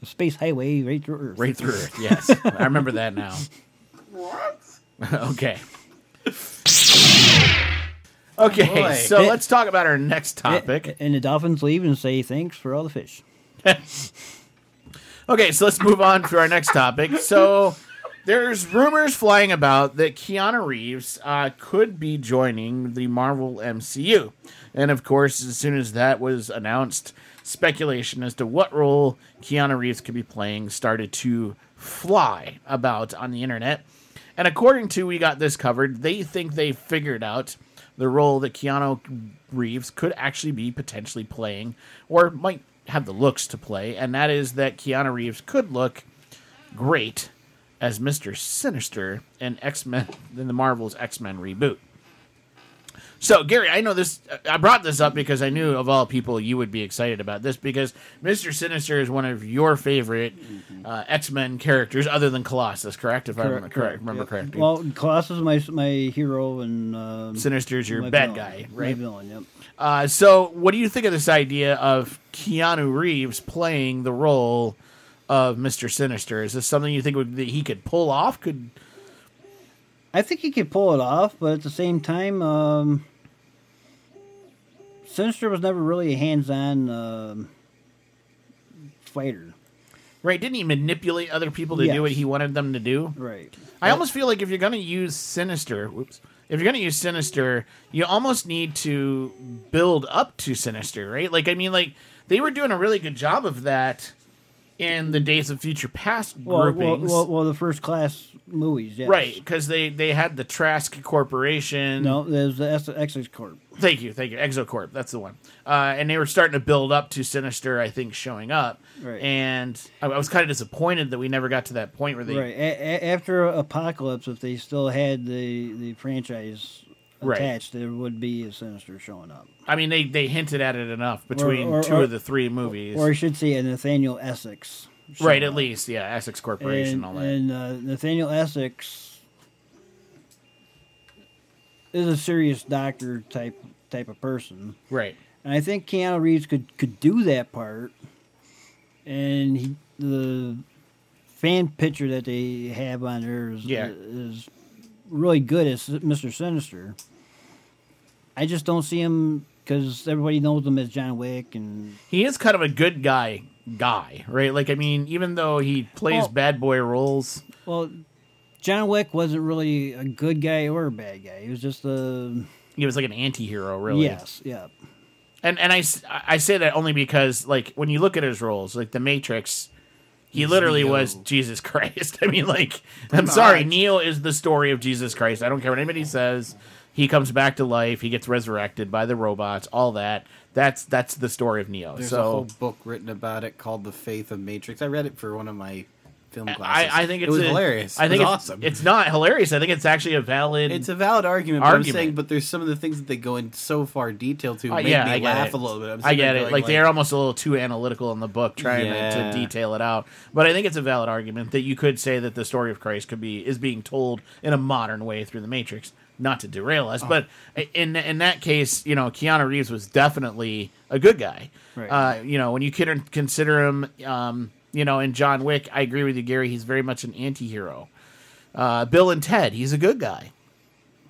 D: a space highway right through Earth.
A: Right through Earth. Yes, I remember that now. What? (laughs) okay. Okay,
E: Boy.
A: so let's talk about our next
D: A-
A: topic.
D: And the dolphins leave and say thanks for all the fish.
A: Okay, so let's move on to our next topic. So there's rumors flying about that Keanu Reeves uh, could be joining the Marvel MCU. And of course, as soon as that was announced, speculation as to what role Keanu Reeves could be playing started to fly about on the internet. And according to We Got This Covered, they think they figured out the role that Keanu Reeves could actually be potentially playing or might have the looks to play, and that is that Keanu Reeves could look great as Mr. Sinister in X Men in the Marvel's X Men reboot. So, Gary, I know this. I brought this up because I knew of all people you would be excited about this because Mr. Sinister is one of your favorite uh, X Men characters, other than Colossus, correct? If I remember, correct, remember correctly.
D: Well, Colossus is my my hero and um,
A: Sinister's your
D: my
A: bad
D: villain.
A: guy, right?
D: My villain, yep.
A: Uh, so, what do you think of this idea of Keanu Reeves playing the role of Mister Sinister? Is this something you think would, that he could pull off? Could
D: I think he could pull it off, but at the same time, um, Sinister was never really a hands-on um, fighter,
A: right? Didn't he manipulate other people to
D: Yes.
A: do what he wanted them to do?
D: right?
A: I almost feel like if you're going to use Sinister, whoops, if you're going to use Sinister, you almost need to build up to Sinister, right? Like, I mean, like they were doing a really good job of that in the Days of Future Past
D: Well, well,
A: groupings.
D: well, well, the first class movies, yes.
A: Right, because they, they had the Trask Corporation.
D: No, there's the S- Exos Corp.
A: Thank you, thank you. Exocorp, that's the one. Uh, and they were starting to build up to Sinister, I think, showing up.
D: Right.
A: And I, I was kind of disappointed that we never got to that point where they.
D: Right. A- a- after Apocalypse, if they still had the, the franchise
A: Right.
D: attached, there would be a Sinister showing up.
A: I mean, they, they hinted at it enough between
D: or-
A: two
D: or-
A: of the three movies.
D: Or I should say a Nathaniel Essex. showing
A: right, at
D: up.
A: least, yeah, Essex Corporation,
D: And,
A: all that.
D: and uh, Nathaniel Essex is a serious doctor type type of person.
A: right.
D: And I think Keanu Reeves could, could do that part. And he, the fan picture that they have on there is,
A: Yeah.
D: is really good as Mr. Sinister. I just don't see him because everybody knows him as John Wick and
A: He is kind of a good guy, guy, right? Like, I mean, even though he plays
D: Well-
A: bad boy roles,
D: well, John Wick wasn't really a good guy or a bad guy. He was just a
A: he was like an anti hero, really.
D: yes, yeah.
A: and and I, s- I say that only because like when you look at his roles like the matrix he literally
E: Neo.
A: was jesus (laughs) christ i mean like i'm sorry
E: much.
A: neo is the story of jesus christ i don't care what anybody says he comes back to life he gets resurrected by the robots all that that's that's the story of neo
E: There's
A: so
E: a whole book written about it called "The Faith of Matrix." I read it for one of my film classes.
A: I, I think it's
E: it was
A: a-
E: hilarious.
A: I think
E: it was
A: it's,
E: awesome.
A: It's not hilarious. I think it's actually a valid.
E: It's a valid argument, but
A: Argument.
E: I'm saying, but there's some of the things that they go in so far detail to
A: Uh,
E: make
A: yeah,
E: me
A: I get
E: laugh
A: it.
E: a little bit. I'm
A: I
E: sitting
A: get
E: there
A: it. Like,
E: going
A: they are almost a little too analytical in the book, trying to,
E: Yeah.
A: to detail it out. But I think it's a valid argument that you could say that the story of Christ could be is being told in a modern way through the Matrix. Not to derail
E: Oh.
A: us, but in in that case, you know, Keanu Reeves was definitely a good guy.
D: Right.
A: Uh, you know, when you con- consider him, um, you know, in John Wick, I agree with you, Gary. He's very much an anti-hero. Uh, Bill and Ted, he's a good guy.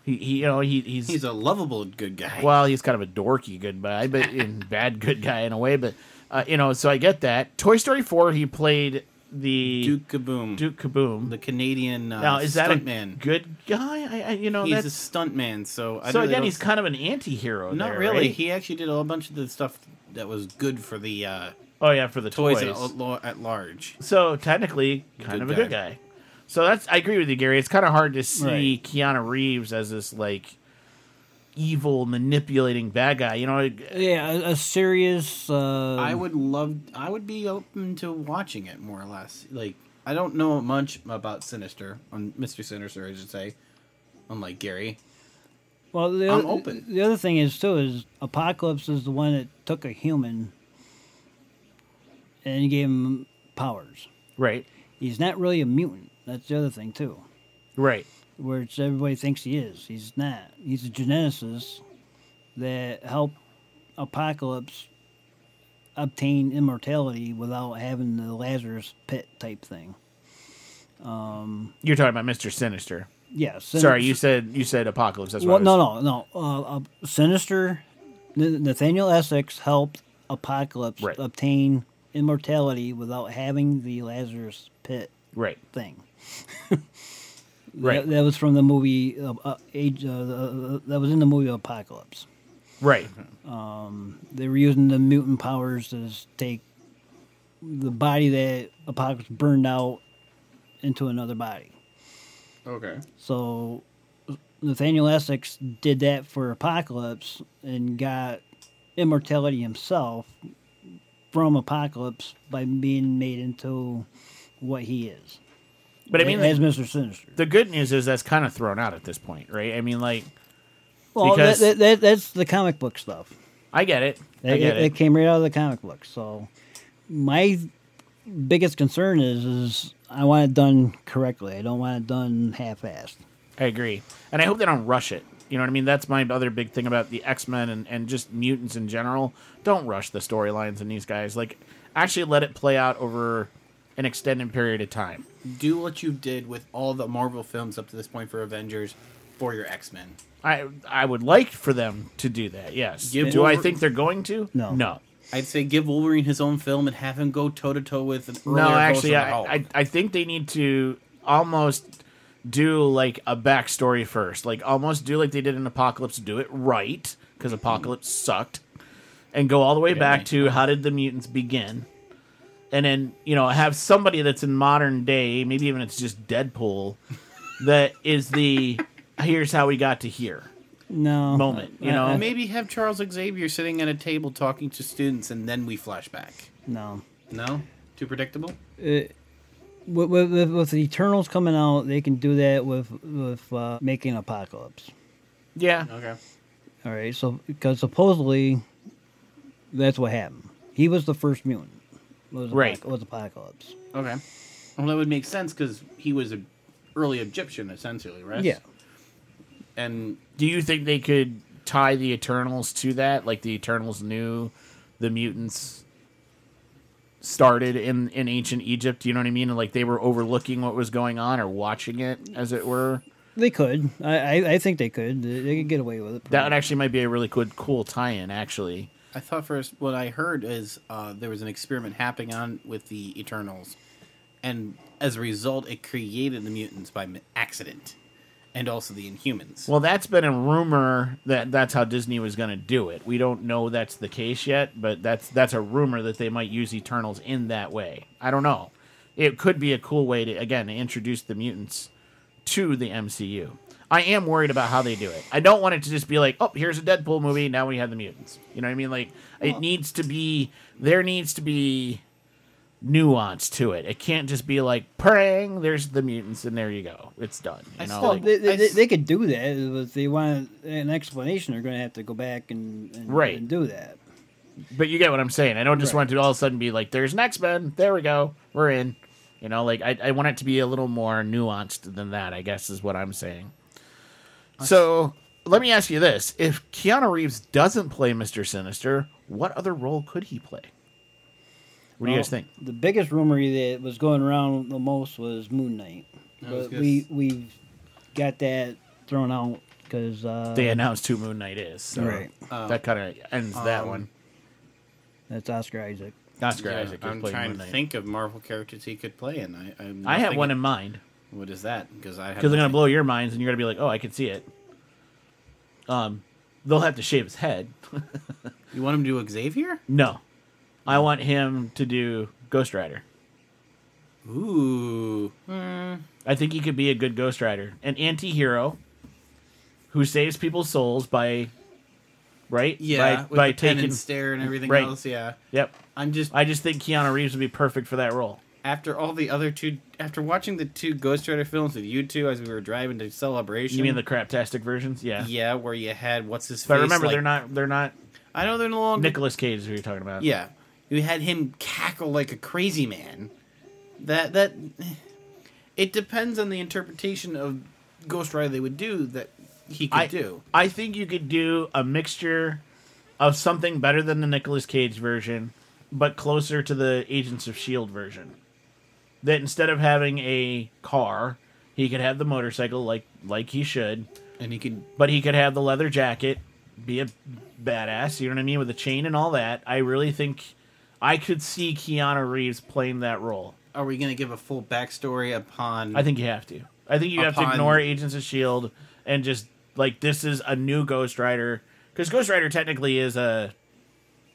A: He, he you know, he, he's
E: He's a lovable good guy.
A: well, he's kind of a dorky good guy, but in bad good guy in a way. But uh, you know, so I get that. Toy Story four, he played the Duke,
E: Duke Kaboom,
A: Kaboom.
E: the Canadian uh,
A: now is that a
E: stuntman.
A: good guy? I, I you know
E: he's
A: that's
E: a stuntman, so I
A: so
E: really
A: again
E: don't-
A: he's kind of an anti-hero.
E: not
A: there,
E: really.
A: right?
E: He actually did a whole bunch of the stuff that was good for the uh,
A: oh yeah, for the
E: toys
A: toys.
E: at, lo- at large.
A: So technically, kind
E: Good
A: of a
E: guy.
A: good guy. So that's I agree with you, Gary. It's kind of hard to see
D: Right.
A: Keanu Reeves as this like evil, manipulating bad guy. You know,
D: Yeah, a, a serious. Uh,
E: Um, I would love. I would be open to watching it more or less. Like I don't know much about Sinister, on Mr. Sinister, I should say, unlike Gary.
D: Well, the
E: I'm
D: other,
E: open.
D: The other thing is too is Apocalypse is the one that took a human and gave him powers.
A: Right.
D: He's not really a mutant. That's the other thing too,
A: Right.
D: where it's everybody thinks he is. He's not. He's a geneticist that helped Apocalypse obtain immortality without having the Lazarus pit type thing.
A: You're talking about Mister Sinister.
D: Yeah.
A: Sorry,
D: Sinister-
A: you said you said apocalypse. That's
D: Well,
A: what. I was-
D: no, no, no. Uh, uh, Sinister, N- Nathaniel Essex helped Apocalypse
A: Right.
D: obtain immortality without having the Lazarus Pit
A: Right.
D: thing.
A: Right.
D: That, that was from the movie uh, uh, Age. Uh, uh, that was in the movie Apocalypse.
A: Right.
D: They were using the mutant powers to s- take the body that Apocalypse burned out into another body.
E: Okay.
D: So Nathaniel Essex did that for Apocalypse and got immortality himself from Apocalypse by being made into what he is.
A: But I mean,
D: as
A: the,
D: Mister Sinister.
A: the good news is that's kind of thrown out at this point, right? I mean, like,
D: well, that,
A: because-
D: that, that, that's the comic book stuff.
A: I get it. I
D: It,
A: get
D: it
A: it.
D: came right out of the comic book. So my biggest concern is is I want it done correctly. I don't want it done half-assed.
A: I agree. And I hope they don't rush it. You know what I mean? That's my other big thing about the X Men and, and just mutants in general. Don't rush the storylines in these guys. Like, actually let it play out over an extended period of time.
E: Do what you did with all the Marvel films up to this point for Avengers for your X Men.
A: I I would like for them to do that. Yes.
E: Give
A: do I
E: Wolver-
A: think they're going to?
D: No.
A: No.
E: I'd say give Wolverine his own film and have him go toe to toe with an earlier
A: no,
E: host
A: actually,
E: of the
A: I,
E: Hulk.
A: I I think they need to almost do like a backstory first, like almost do like they did in Apocalypse, do it right because Apocalypse sucked, and go all the way back to how did the mutants begin, and then you know have somebody that's in modern day, maybe even it's just Deadpool, (laughs) that is the here's how we got to here
D: No.
A: moment, you know.
E: And maybe have Charles Xavier sitting at a table talking to students, and then we flash back.
D: No.
E: No, too predictable.
D: with, with, with, with the Eternals coming out, they can do that with with uh, making Apocalypse.
A: yeah,
E: Okay.
D: All right, so because supposedly that's what happened. He was the first mutant. Was Apoc-
A: Right.
D: Was Apocalypse.
E: Okay. Well, that would make sense because he was a early Egyptian, essentially, right?
D: Yeah.
E: And
A: Do you think they could tie the Eternals to that? Like the Eternals knew the mutants started in in ancient Egypt. You know what I mean? And like they were overlooking what was going on or watching it, as it were.
D: They could. I, I, I think they could. They, they could get away with it.
A: That actually might be a really good, cool tie-in. Actually,
E: I thought first what I heard is uh, there was an experiment happening on with the Eternals, and as a result, it created the mutants by m- accident, and also the Inhumans.
A: well, that's been a rumor that that's how Disney was going to do it. We don't know that's the case yet, but that's that's a rumor that they might use Eternals in that way. I don't know. It could be a cool way to again introduce the mutants to the MCU. I am worried about how they do it. I don't want it to just be like, oh, here's a Deadpool movie. Now we have the mutants. You know what I mean? Like, it needs to be, there needs to be nuance to it. It can't just be like, prang, there's the mutants, and there you go. It's done. You
E: I
A: know,
E: still-
A: like-
D: They, they,
E: I
D: they,
E: s-
D: they could do that, but if they want an explanation. They're going to have to go back and, and,
A: Right.
D: and do that.
A: but you get what I'm saying. I don't just
D: Right.
A: want it to all of a sudden be like, there's an X Men. There we go. We're in. You know, like, I, I want it to be a little more nuanced than that, I guess, is what I'm saying. So let me ask you this if Keanu Reeves doesn't play Mr. Sinister, what other role could he play? What do you guys
D: Well,
A: think?
D: The biggest rumor that was going around the most was Moon Knight,
E: I was
D: but
E: gonna
D: we
E: s-
D: we got that thrown out because uh,
A: They announced who Moon Knight is. So
D: Right.
A: that kind of ends that
E: Um,
A: one.
D: that's Oscar Isaac.
A: Oscar
E: Yeah,
A: Isaac is
E: I'm
A: playing
E: trying
A: Moon
E: to
A: Knight.
E: think of Marvel characters he could play, and I I'm
A: I have
E: nothing-
A: one in mind
E: What is that? Because I
A: because they're going to blow your minds and you're going to be like, oh, I can see it. Um, They'll have to shave his head.
E: You want him to do Xavier?
A: No. I want him to do Ghost Rider.
E: Ooh.
A: I think he could be a good Ghost Rider, an anti-hero who saves people's souls by right?
E: Yeah,
A: by, by
E: the pen
A: taking
E: and stare and everything
A: right.
E: else. Yeah,
A: Yep.
E: I'm just
A: I just think Keanu Reeves would be perfect for that role.
E: after all the other two, after watching the two Ghost Rider films with you two as we were driving to Celebration.
A: You mean the craptastic versions? Yeah.
E: Mm. yeah, where you had what's his face?
A: But remember,
E: like-
A: they're not they're not
E: I know they're no longer.
A: Nicolas Cage. Is who you're talking about?
E: Yeah, you had him cackle like a crazy man. That that (sighs) it depends on the interpretation of Ghost Rider they would do that he could
A: I
E: do.
A: I think you could do a mixture of something better than the Nicolas Cage version, but closer to the Agents of Shield E version. That instead of having a car, he could have the motorcycle like like he should,
E: And he could
A: but he could have the leather jacket, be a badass. You know what I mean with a chain and all that. I really think I could see Keanu Reeves playing that role.
E: are we going to give a full backstory upon?
A: I think you have to. I think you have to
E: Upon-
A: ignore Agents of Shield E and just like this is a new Ghost Rider because Ghost Rider technically is a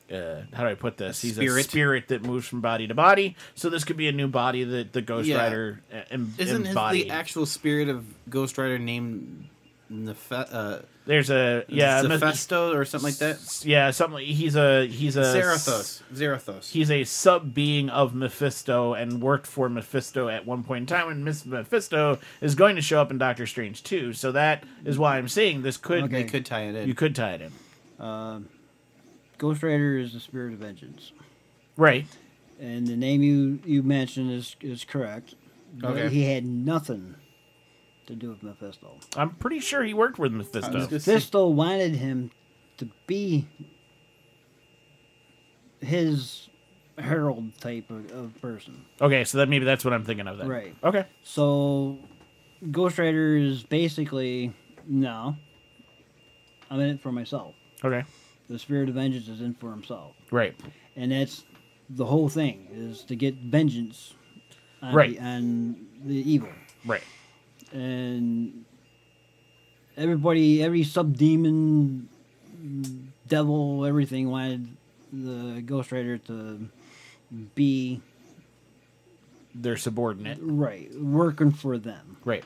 A: uh, how do I put this? He's
E: spirit.
A: a spirit that moves from body to body. So this could be a new body that the Ghost
E: Yeah.
A: Rider uh, em-
E: isn't his,
A: embodied.
E: the actual spirit of Ghost Rider named Nefe- uh,
A: There's a yeah, mis-
E: Zephesto or something like that?
A: yeah, something. like- He's a he's a
E: Zarathos. Zarathos.
A: he's a sub being of Mephisto and worked for Mephisto at one point in time, and Miss Mephisto is going to show up in Doctor Strange too. So that is why I'm saying this could
D: Okay.
E: they could tie it in.
A: you could tie it in,
D: Ghost Rider is the spirit of vengeance,
A: right?
D: and the name you you mentioned is is correct. But
E: Okay.
D: He had nothing to do with Mephisto.
A: I'm pretty sure he worked with Mephisto.
E: Just-
D: Mephisto wanted him to be his herald type of, of person.
A: Okay, so that maybe that's what I'm thinking of then.
D: Right.
A: Okay.
D: So, Ghost Rider is basically no. I'm in it for myself.
A: Okay.
D: The spirit of vengeance is in for himself,
A: Right.
D: and that's the whole thing is to get vengeance, on
A: Right.
D: The, on the evil,
A: Right.
D: and everybody, every sub demon, devil, everything wanted the Ghost Rider to be
A: They're subordinate.
D: right working for them.
A: Right.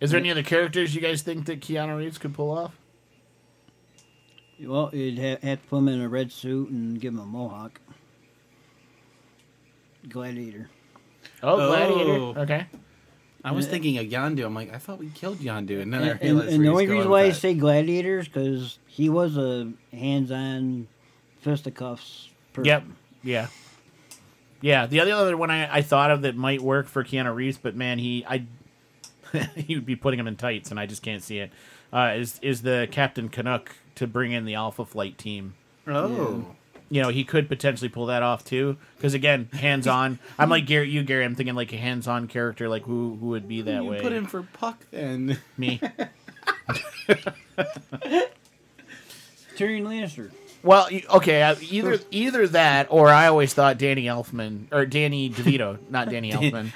A: Is there any other characters you guys think that Keanu Reeves could pull off?
D: Well, you'd ha- have to put him in a red suit and give him a mohawk. Gladiator.
A: Oh,
E: Oh.
A: Gladiator. Okay.
E: I was thinking of Yondu. I'm like, I thought we killed Yondu, and then
D: And,
E: I
D: and-
E: realized
D: and the
E: where
D: only
E: he's
D: reason
E: going
D: why I
E: with that.
D: say gladiator is because he was a hands-on, fisticuffs person.
A: Yep. Yeah. Yeah. The other other one I, I thought of that might work for Keanu Reeves, but man, he I (laughs) he would be putting him in tights, and I just can't see it. Uh, is is the Captain Canuck to bring in the Alpha Flight team?
E: Oh,
A: you know, he could potentially pull that off too. Because again, hands on. I'm like Gary, you Gary. I'm thinking like a hands on character. Like who who would be that
E: you
A: way?
E: put him for Puck
D: (laughs)
E: then. (laughs)
A: Me.
D: Tyrion Lannister.
A: Well, e- okay. I- Either either that, or I always thought Danny Elfman or Danny DeVito, (laughs) not Danny Elfman.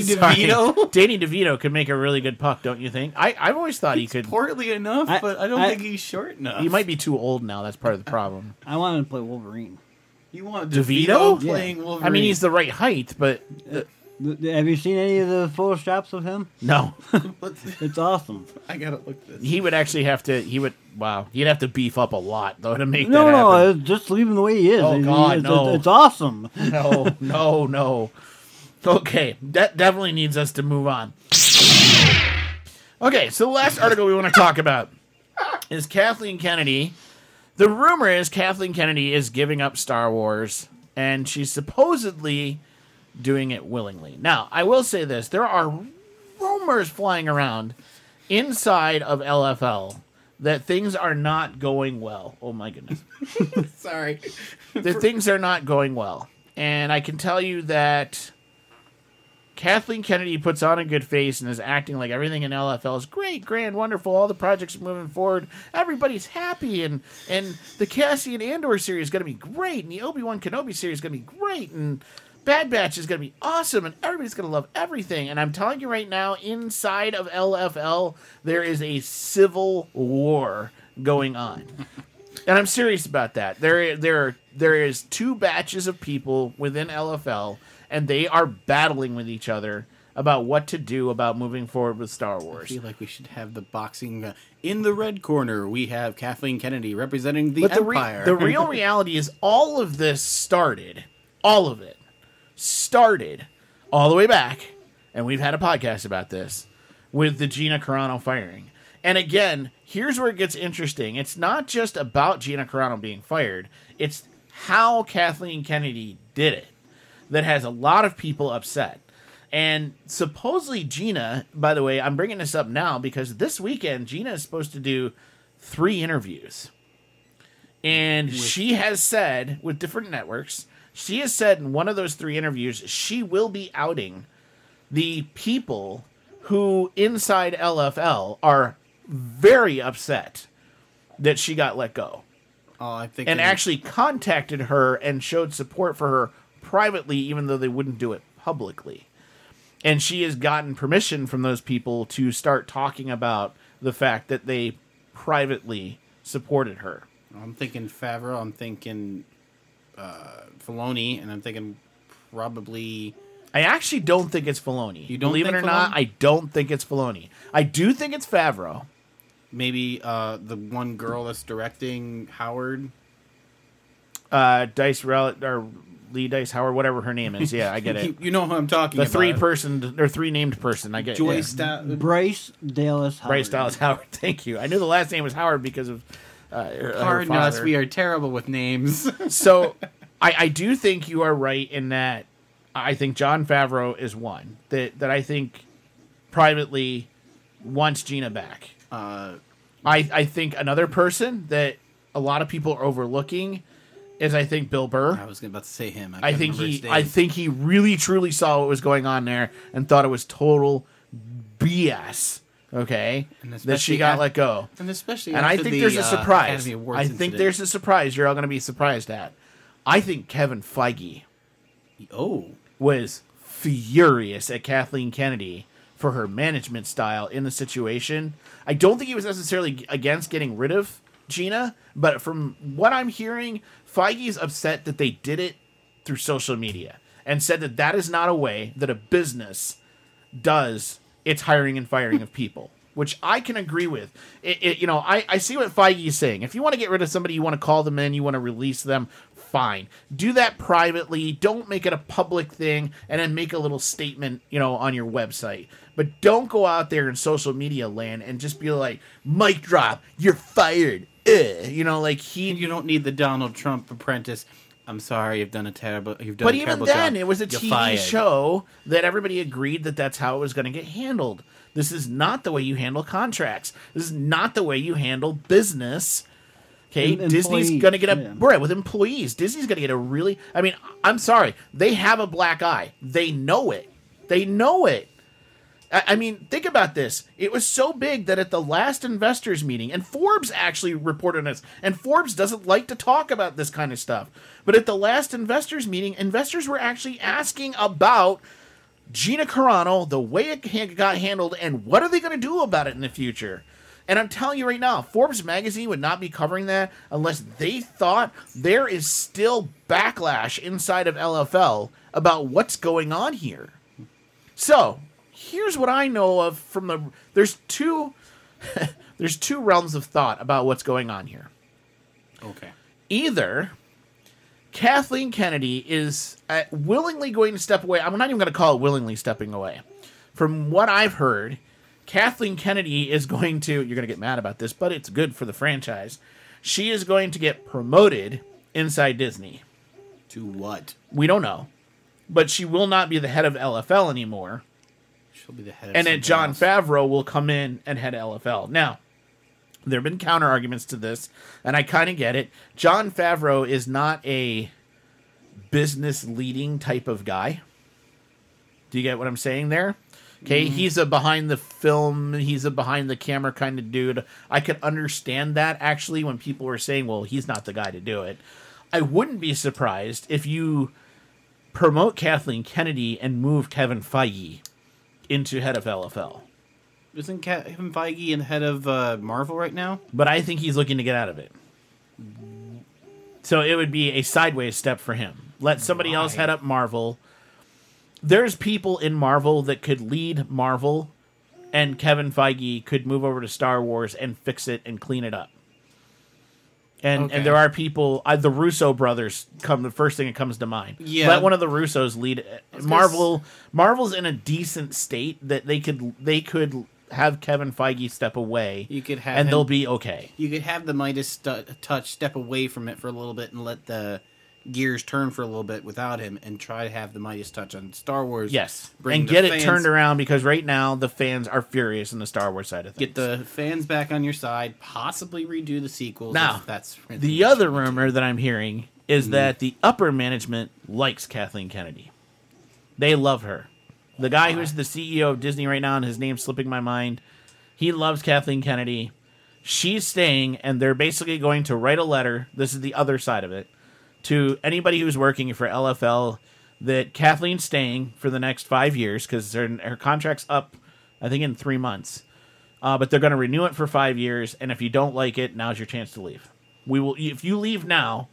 A: (laughs) Sorry.
E: DeVito.
A: Danny DeVito could make a really good puck, don't you think? I I've always thought he could.
E: Portly enough,
D: I-
E: but I don't
D: I-
E: think he's short enough.
A: He might be too old now. That's part of the problem.
D: I wanted to play Wolverine.
E: You want
A: DeVito?
E: DeVito,
A: Yeah.
E: playing Wolverine?
A: I mean, he's the right height, but
D: Th- th- Have you seen any of the photoshops of him?
A: no,
E: Let's-
D: It's
E: (laughs)
D: awesome.
E: I gotta look
A: (laughs)
E: this.
A: he would actually have to. He would. Wow, he'd have to beef up a lot though to make
D: No,
A: that happen.
D: no, it's just leave him the way he is.
A: Oh,
D: It-
A: God,
D: it's,
A: no.
D: It's awesome.
A: no, no, no. Okay, that definitely needs us to move on. Okay, so the last article we want to talk about is Kathleen Kennedy. The rumor is Kathleen Kennedy is giving up Star Wars, and she's supposedly doing it willingly. Now, I will say this there are rumors flying around inside of LFL that things are not going well. Oh, my goodness
E: Sorry.
A: that things are not going well. And I can tell you that Kathleen Kennedy puts on a good face and is acting like everything in LFL is great, grand, wonderful. All the projects are moving forward. Everybody's happy, and and the Cassian Andor series is going to be great, and the Obi Wan Kenobi series is going to be great, and Bad Batch is going to be awesome, and everybody's going to love everything. And I'm telling you right now, inside of LFL, there is a civil war going on. And I'm serious about that. There, there, there is two batches of people within LFL, and they are battling with each other about what to do about moving forward with Star
E: I
A: Wars.
E: feel like we should have the boxing uh, in the red corner. We have Kathleen Kennedy representing the
A: but the, re-
E: Empire.
A: the real reality is all of this started all of it started all the way back, and we've had a podcast about this with the Gina Carano firing. And again, here's where it gets interesting. It's not just about Gina Carano being fired, it's how Kathleen Kennedy did it that has a lot of people upset. And supposedly, Gina, by the way, I'm bringing this up now because this weekend, Gina is supposed to do three interviews. And she has said, with different networks, she has said in one of those three interviews, she will be outing the people who inside LFL are very upset that she got let go
E: (laughs) Oh, I think.
A: and
E: it-
A: actually contacted her and showed support for her privately, even though they wouldn't do it publicly. And she has gotten permission from those people to start talking about the fact that they privately supported her.
E: I'm thinking Favreau. I'm thinking uh, Filoni, and I'm thinking probably.
A: I actually don't think it's Filoni.
E: You don't
A: believe it
E: think
A: or not?
E: Filoni?
A: I don't think it's Filoni. I do think it's Favreau.
E: maybe uh, the one girl that's directing Howard.
A: Uh, Dice Rel- or Lee Dice Howard, whatever her name is. Yeah, I
E: (laughs)
A: get
E: You,
A: it.
E: you know who I'm talking
A: The
E: about.
A: three person or three named person. I get it. yeah.
E: Joyce Da-
D: Bryce Dallas Howard.
A: Bryce Dallas Howard. (laughs) Thank you. I knew the last name was Howard because of uh, her, her
E: Pardon us,
A: father.
E: we are terrible with names. (laughs)
A: So I, I do think you are right in that I think John Favreau is one that that I think privately wants Gina back.
E: Uh,
A: I I think another person that a lot of people are overlooking is I think Bill Burr.
E: I was about to say him.
A: I
E: couldn't
A: think
E: remember
A: he
E: his name.
A: I think he really truly saw what was going on there and thought it was total BS. Okay,
E: And
A: that she
E: especially
A: got
E: af-
A: let go.
E: and especially
A: And I
E: after
A: think
E: the,
A: there's
E: uh,
A: a surprise.
E: Academy Awards
A: I think
E: incident.
A: there's a surprise you're all going to be surprised at. I think Kevin Feige
E: oh
A: was furious at Kathleen Kennedy for her management style in the situation. I don't think he was necessarily against getting rid of Gina, but from what I'm hearing, Feige's upset that they did it through social media and said that that is not a way that a business does its hiring and firing of people, which I can agree with. It, it, you know, I, I see what Feige is saying. If you want to get rid of somebody, you want to call them in, you want to release them, fine. Do that privately. Don't make it a public thing and then make a little statement, you know, on your website. But don't go out there in social media land and just be like, mic drop, you're fired. Ugh. You know, like he.
E: you don't need the Donald Trump apprentice. I'm sorry, you've done a terrible. You've done
A: but
E: a
A: even
E: terrible
A: then,
E: job.
A: it was a
E: You're
A: TV
E: fired.
A: show that everybody agreed that that's how it was going to get handled. This is not the way you handle contracts. This is not the way you handle business. Okay,
D: Em-
A: Disney's
D: employees,
A: going to get a
D: yeah.
A: right with employees. Disney's going to get a really. I mean, I'm sorry, they have a black eye. They know it. They know it. I, I mean, think about this. It was so big that at the last investors meeting, and Forbes actually reported on this, and Forbes doesn't like to talk about this kind of stuff. But at the last investors meeting, investors were actually asking about Gina Carano, the way it ha- got handled, and what are they going to do about it in the future? And I'm telling you right now, Forbes magazine would not be covering that unless they thought there is still backlash inside of LFL about what's going on here. So here's what I know of from the there's two (laughs) there's two realms of thought about what's going on here.
E: Okay.
A: Either Kathleen Kennedy is uh, willingly going to step away. I'm not even going to call it willingly stepping away. From what I've heard, Kathleen Kennedy is going to you're going to get mad about this, but it's good for the franchise. She is going to get promoted inside Disney.
E: To what?
A: We don't know, but she will not be the head of LFL anymore
E: She'll be the head. Of
A: and then
E: something
A: John
E: else.
A: Favreau will come in and head LFL. Now, there have been counter arguments to this, and I kind of get it. John Favreau is not a business leading type of guy. Do you get what I'm saying there?
E: Mm.
A: Okay, he's a behind the film, he's a behind the camera kind of dude. I could understand that actually when people were saying, well, he's not the guy to do it. I wouldn't be surprised if you promote Kathleen Kennedy and move Kevin Feige into head of LFL.
E: Isn't Kevin Feige and head of uh, Marvel right now?
A: But I think he's looking to get out of it. So it would be a sideways step for him. Let somebody else
E: Why?
A: head up Marvel. There's people in Marvel that could lead Marvel, and Kevin Feige could move over to Star Wars and fix it and clean it up. And
E: Okay.
A: and there are people. I, the Russo brothers come the first thing that comes to mind.
E: Yeah.
A: let one of the Russos lead.
E: was gonna
A: Marvel Marvel's in a decent state that they could they could have Kevin Feige step away.
E: You could have
A: and
E: him-
A: they'll be okay.
E: You could have the Midas stu- touch step away from it for a little bit and let the gears turn for a little bit without him, and try to have the Midas touch on Star Wars.
A: Yes,
E: Bring
A: and
E: the
A: get it
E: fans-
A: turned around because right now the fans are furious in the Star Wars side of things.
E: Get the fans back on your side. Possibly redo the sequels.
A: Now,
E: if that's
A: The other rumor that I'm hearing
E: Mm.
A: is that the upper management likes Kathleen Kennedy. They love her. The guy who's the CEO of Disney right now, and his name's slipping my mind, he loves Kathleen Kennedy. She's staying, and they're basically going to write a letter. This is the other side of it to anybody who's working for LFL that Kathleen's staying for the next five years because her, her contract's up, I think, in three months. Uh, but they're going to renew it for five years, and if you don't like it, now's your chance to leave. We will if you leave now,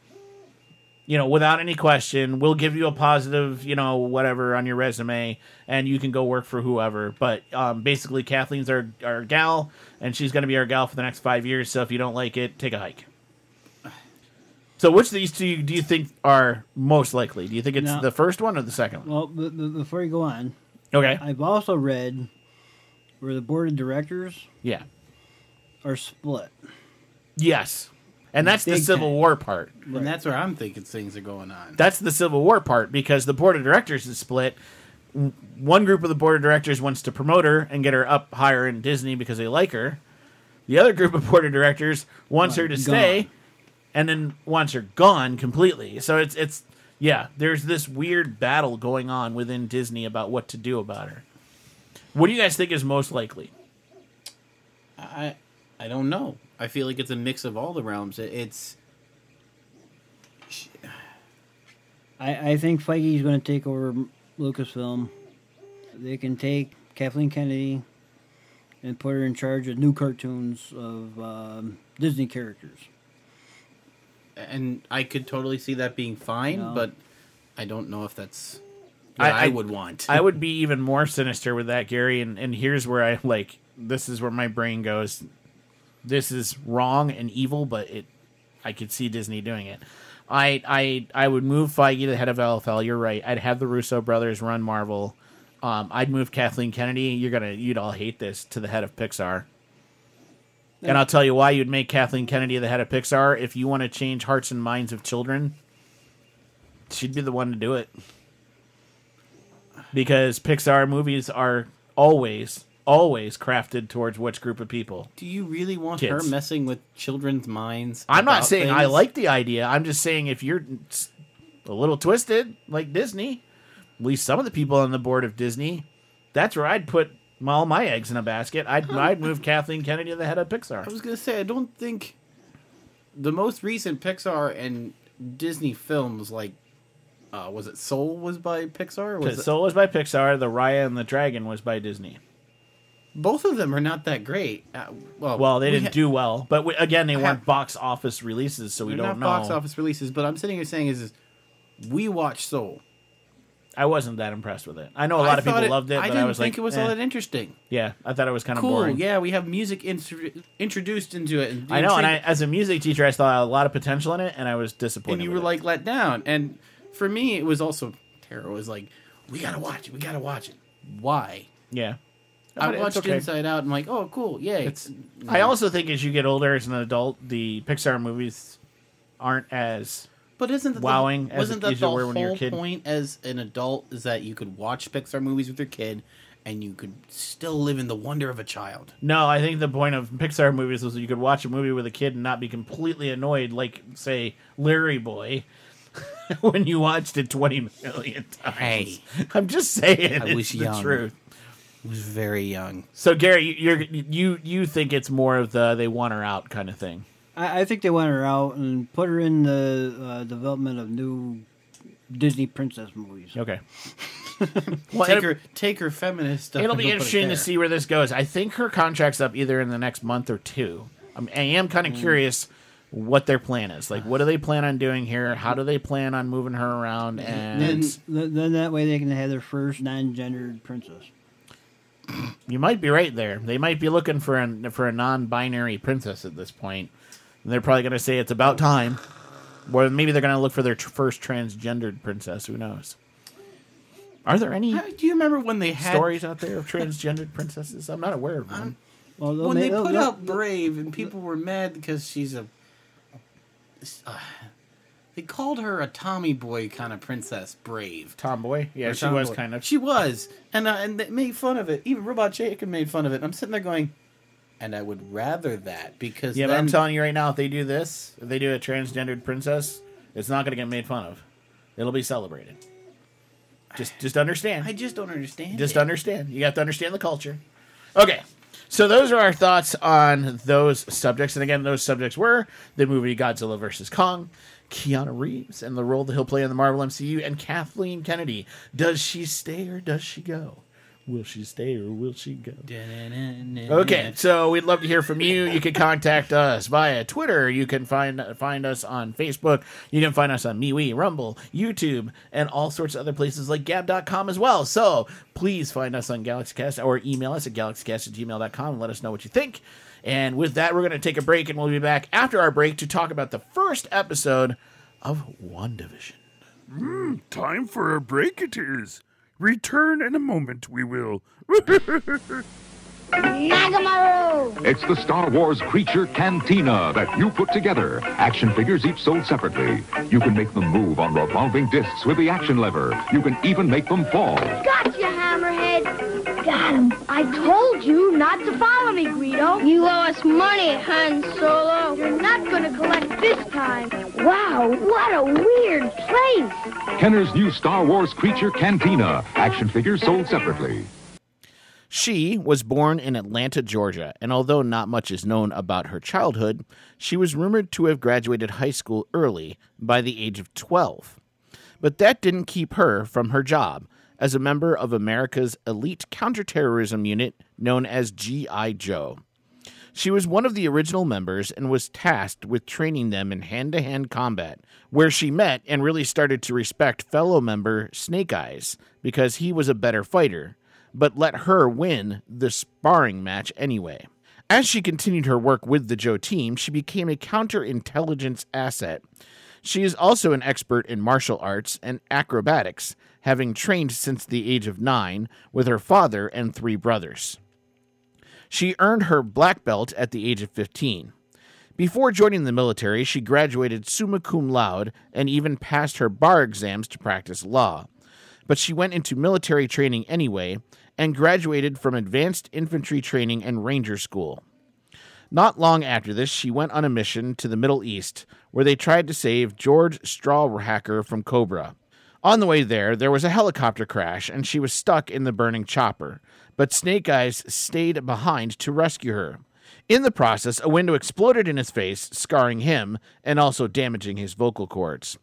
A: you know, without any question, we'll give you a positive, you know, whatever on your resume, and you can go work for whoever. But um, basically, Kathleen's our our gal, and she's going to be our gal for the next five years. So if you don't like it, take a hike. So which of these two do you think are most likely? Do you think it's
D: No.
A: the first one or the second one?
D: Well, b- b- before you go on,
A: Okay,
D: I've also read where the board of directors
A: yeah,
D: are split.
A: yes, and that's the
D: Big
A: Civil
D: time.
A: War part.
E: and that's where I'm thinking things are going on.
A: that's the Civil War part because the board of directors is split. W- One group of the board of directors wants to promote her and get her up higher in Disney because they like her. The other group of board of directors wants her to
D: Gone.
A: stay, and then wants her gone completely. So it's it's yeah, there's this weird battle going on within Disney about what to do about her. What do you guys think is most likely?
E: I I don't know. I feel like it's a mix of all the realms. It, it's
D: I, I think Feige's going to take over Lucasfilm. They can take Kathleen Kennedy and put her in charge of new cartoons of um, Disney characters.
E: and I could totally see that being fine,
D: No.
E: but I don't know if that's what
A: I-
E: I,
A: I-
E: would (laughs) want.
A: I would be even more sinister with that, Gary. And, and here's where I like this is where my brain goes. This is wrong and evil, but it I could see Disney doing it. I I I would move Feige to the head of LFL. You're right. I'd have the Russo brothers run Marvel. Um, I'd move Kathleen Kennedy. You're gonna you'd all hate this to the head of Pixar. And I'll tell you why you'd make Kathleen Kennedy the head of Pixar. If you want to change hearts and minds of children, she'd be the one to do it because Pixar movies are always always crafted towards which group of people.
E: Do you really want her
A: Kids.
E: messing with children's minds?
A: I'm not
E: about
A: saying I
E: things?
A: like the idea. I'm just saying if you're s- a little twisted like Disney, at least some of the people on the board of Disney, that's where I'd put all my eggs in a basket. I'd
E: (laughs)
A: I'd move Kathleen Kennedy to the head of Pixar.
E: I was gonna say I don't think the most recent Pixar and Disney films, like uh, was it Soul, was by Pixar? Was it,
A: Because Soul was by Pixar, The Raya and the Dragon was by Disney.
E: both of them are not that great. Uh, well,
A: Well, they
E: we
A: didn't
E: ha-
A: do well, but we, again, they
E: I
A: weren't
E: have-
A: box office releases, so we
E: they're
A: don't
E: not
A: know.
E: box office releases. But I'm sitting here saying is, is we watch Soul.
A: I wasn't that impressed with it. I know a lot of people loved it,
E: I
A: but
E: didn't
A: I was
E: think
A: like,
E: it was
A: eh.
E: all that interesting.
A: Yeah, I thought it was kind of
E: Cool.
A: boring.
E: Yeah, we have music intro- introduced into it. And
A: I know, and I,
E: intrigue-
A: as a music teacher, I saw a lot of potential in it, and I was disappointed.
E: and you were
A: with it.
E: like let down. And for me, it was also terror. was like, we gotta watch it. We gotta watch it. Why?
A: yeah. But
E: I
A: it's
E: watched
A: okay.
E: Inside Out. and I'm like, oh, cool. Yay.
A: It's- I also think as you get older as an adult, the Pixar movies aren't as
E: But isn't that
A: wowing
E: The,
A: as
E: wasn't
A: it
E: that
A: is you
E: the
A: were when you were a
E: whole
A: kid?
E: point as an adult is that you could watch Pixar movies with your kid, and you could still live in the wonder of a child.
A: No, I think the point of Pixar movies was that you could watch a movie with a kid and not be completely annoyed, like say Larry Boy, (laughs) when you watched it twenty million times.
E: Hey.
A: I'm just saying,
E: I
A: it's
E: was
A: the
E: young.
A: truth.
E: I was very young.
A: So Gary, you- you're, you you think it's more of the they want her out kind of thing.
D: I, I think they want her out and put her in the uh, development of new Disney princess movies.
E: (laughs)
A: Okay. well,
E: take
A: it'll-
E: her, take her feminist stuff.
A: It'll
E: and
A: be
E: go put it
A: interesting to
E: there.
A: see where this goes. I think her contract's up either in the next month or two. I'm, I am kind
E: Mm.
A: of curious what their plan is. Like, what do they plan on doing here? How do they plan on moving her around?
E: Mm-hmm.
A: And
D: Then, then that way they can have their first non-gendered princess.
A: you might be right there. They might be looking for an for a non-binary princess at this point. And they're probably going to say it's about time. Or maybe they're going to look for their tr- first transgendered princess. Who knows? Are there any
E: How- do you remember when they had
A: stories out there of transgendered princesses? I'm not aware of one.
D: Well, they'll
E: when
D: ma-
E: they
D: they'll-
E: put
D: they'll-
E: out Brave and people were mad because she's a. Uh, they called her a Tommy Boy kind of princess, Brave.
A: Tomboy? Yeah,
E: Or
A: she
E: Tommy
A: was
E: Boy.
A: kind of.
E: She was, and uh, and they made fun of it. Even Robot Jacob made fun of it. I'm sitting there going, and I would rather that because
A: Yeah, but
E: then,
A: I'm telling you right now, if they do this, if they do a transgendered princess, it's not going to get made fun of. It'll be celebrated. Just, just understand.
E: I just don't understand.
A: just
E: it.
A: understand. You have to understand the culture. Okay. So those are our thoughts on those subjects. And again, those subjects were the movie Godzilla vs. Kong, Keanu Reeves, and the role that he'll play in the Marvel MCU, and Kathleen Kennedy. Does she stay or does she go? Will she stay or will she go? Okay, so we'd love to hear from you. You can contact us via Twitter. You can find find us on Facebook. You can find us on MeWe, Rumble, YouTube, and all sorts of other places like Gab.com as well. So please find us on GalaxyCast or email us at galaxycast at gmail.com and let us know what you think. And with that, we're going to take a break and we'll be back after our break to talk about the first episode of WandaVision.
F: Time for a break it is. Return in a moment, we will.
G: Nagamaru!
H: It's the Star Wars Creature Cantina that you put together. Action figures each sold separately. You can make them move on revolving discs with the action lever. You can even make them fall.
G: Gotcha, Hammerhead! Got him! I told you not to follow me, Greedo! You owe us money, Han Solo! You're not gonna collect this time! Wow, what a weird place!
H: Kenner's new Star Wars Creature Cantina. Action figures sold separately.
A: She was born in Atlanta, Georgia, and although not much is known about her childhood, she was rumored to have graduated high school early by the age of 12. But that didn't keep her from her job as a member of America's elite counterterrorism unit known as G.I. Joe. She was one of the original members and was tasked with training them in hand to hand combat, where she met and really started to respect fellow member Snake Eyes because he was a better fighter, but let her win the sparring match anyway. As she continued her work with the Joe team, she became a counterintelligence asset. She is also an expert in martial arts and acrobatics, having trained since the age of nine with her father and three brothers. She earned her black belt at the age of 15. Before joining the military, she graduated summa cum laude and even passed her bar exams to practice law. But she went into military training anyway and graduated from Advanced Infantry Training and Ranger School. Not long after this, she went on a mission to the Middle East where they tried to save George Strawhacker from Cobra. On the way there, there was a helicopter crash and she was stuck in the burning chopper, but Snake Eyes stayed behind to rescue her. In the process, a window exploded in his face, scarring him and also damaging his vocal cords.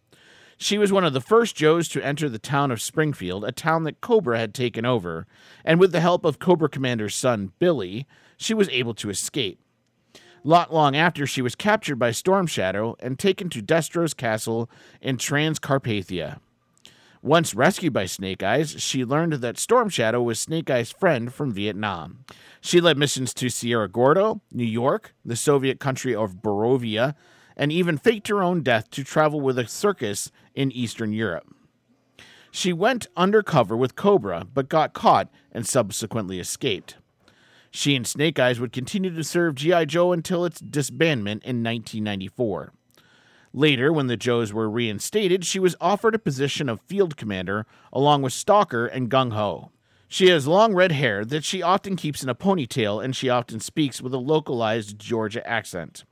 A: She was one of the first Joes to enter the town of Springfield, a town that Cobra had taken over, and with the help of Cobra Commander's son, Billy, she was able to escape. Not long after, she was captured by Storm Shadow and taken to Destro's castle in Transcarpathia. Once rescued by Snake Eyes, she learned that Storm Shadow was Snake Eyes' friend from Vietnam. She led missions to Sierra Gordo, New York, the Soviet country of Barovia, and even faked her own death to travel with a circus in Eastern Europe. She went undercover with Cobra, but got caught and subsequently escaped. She and Snake Eyes would continue to serve G.I. Joe until its disbandment in 1994. Later, when the Joes were reinstated, she was offered a position of field commander along with Stalker and Gung Ho. She has long red hair that she often keeps in a ponytail and she often speaks with a localized Georgia accent.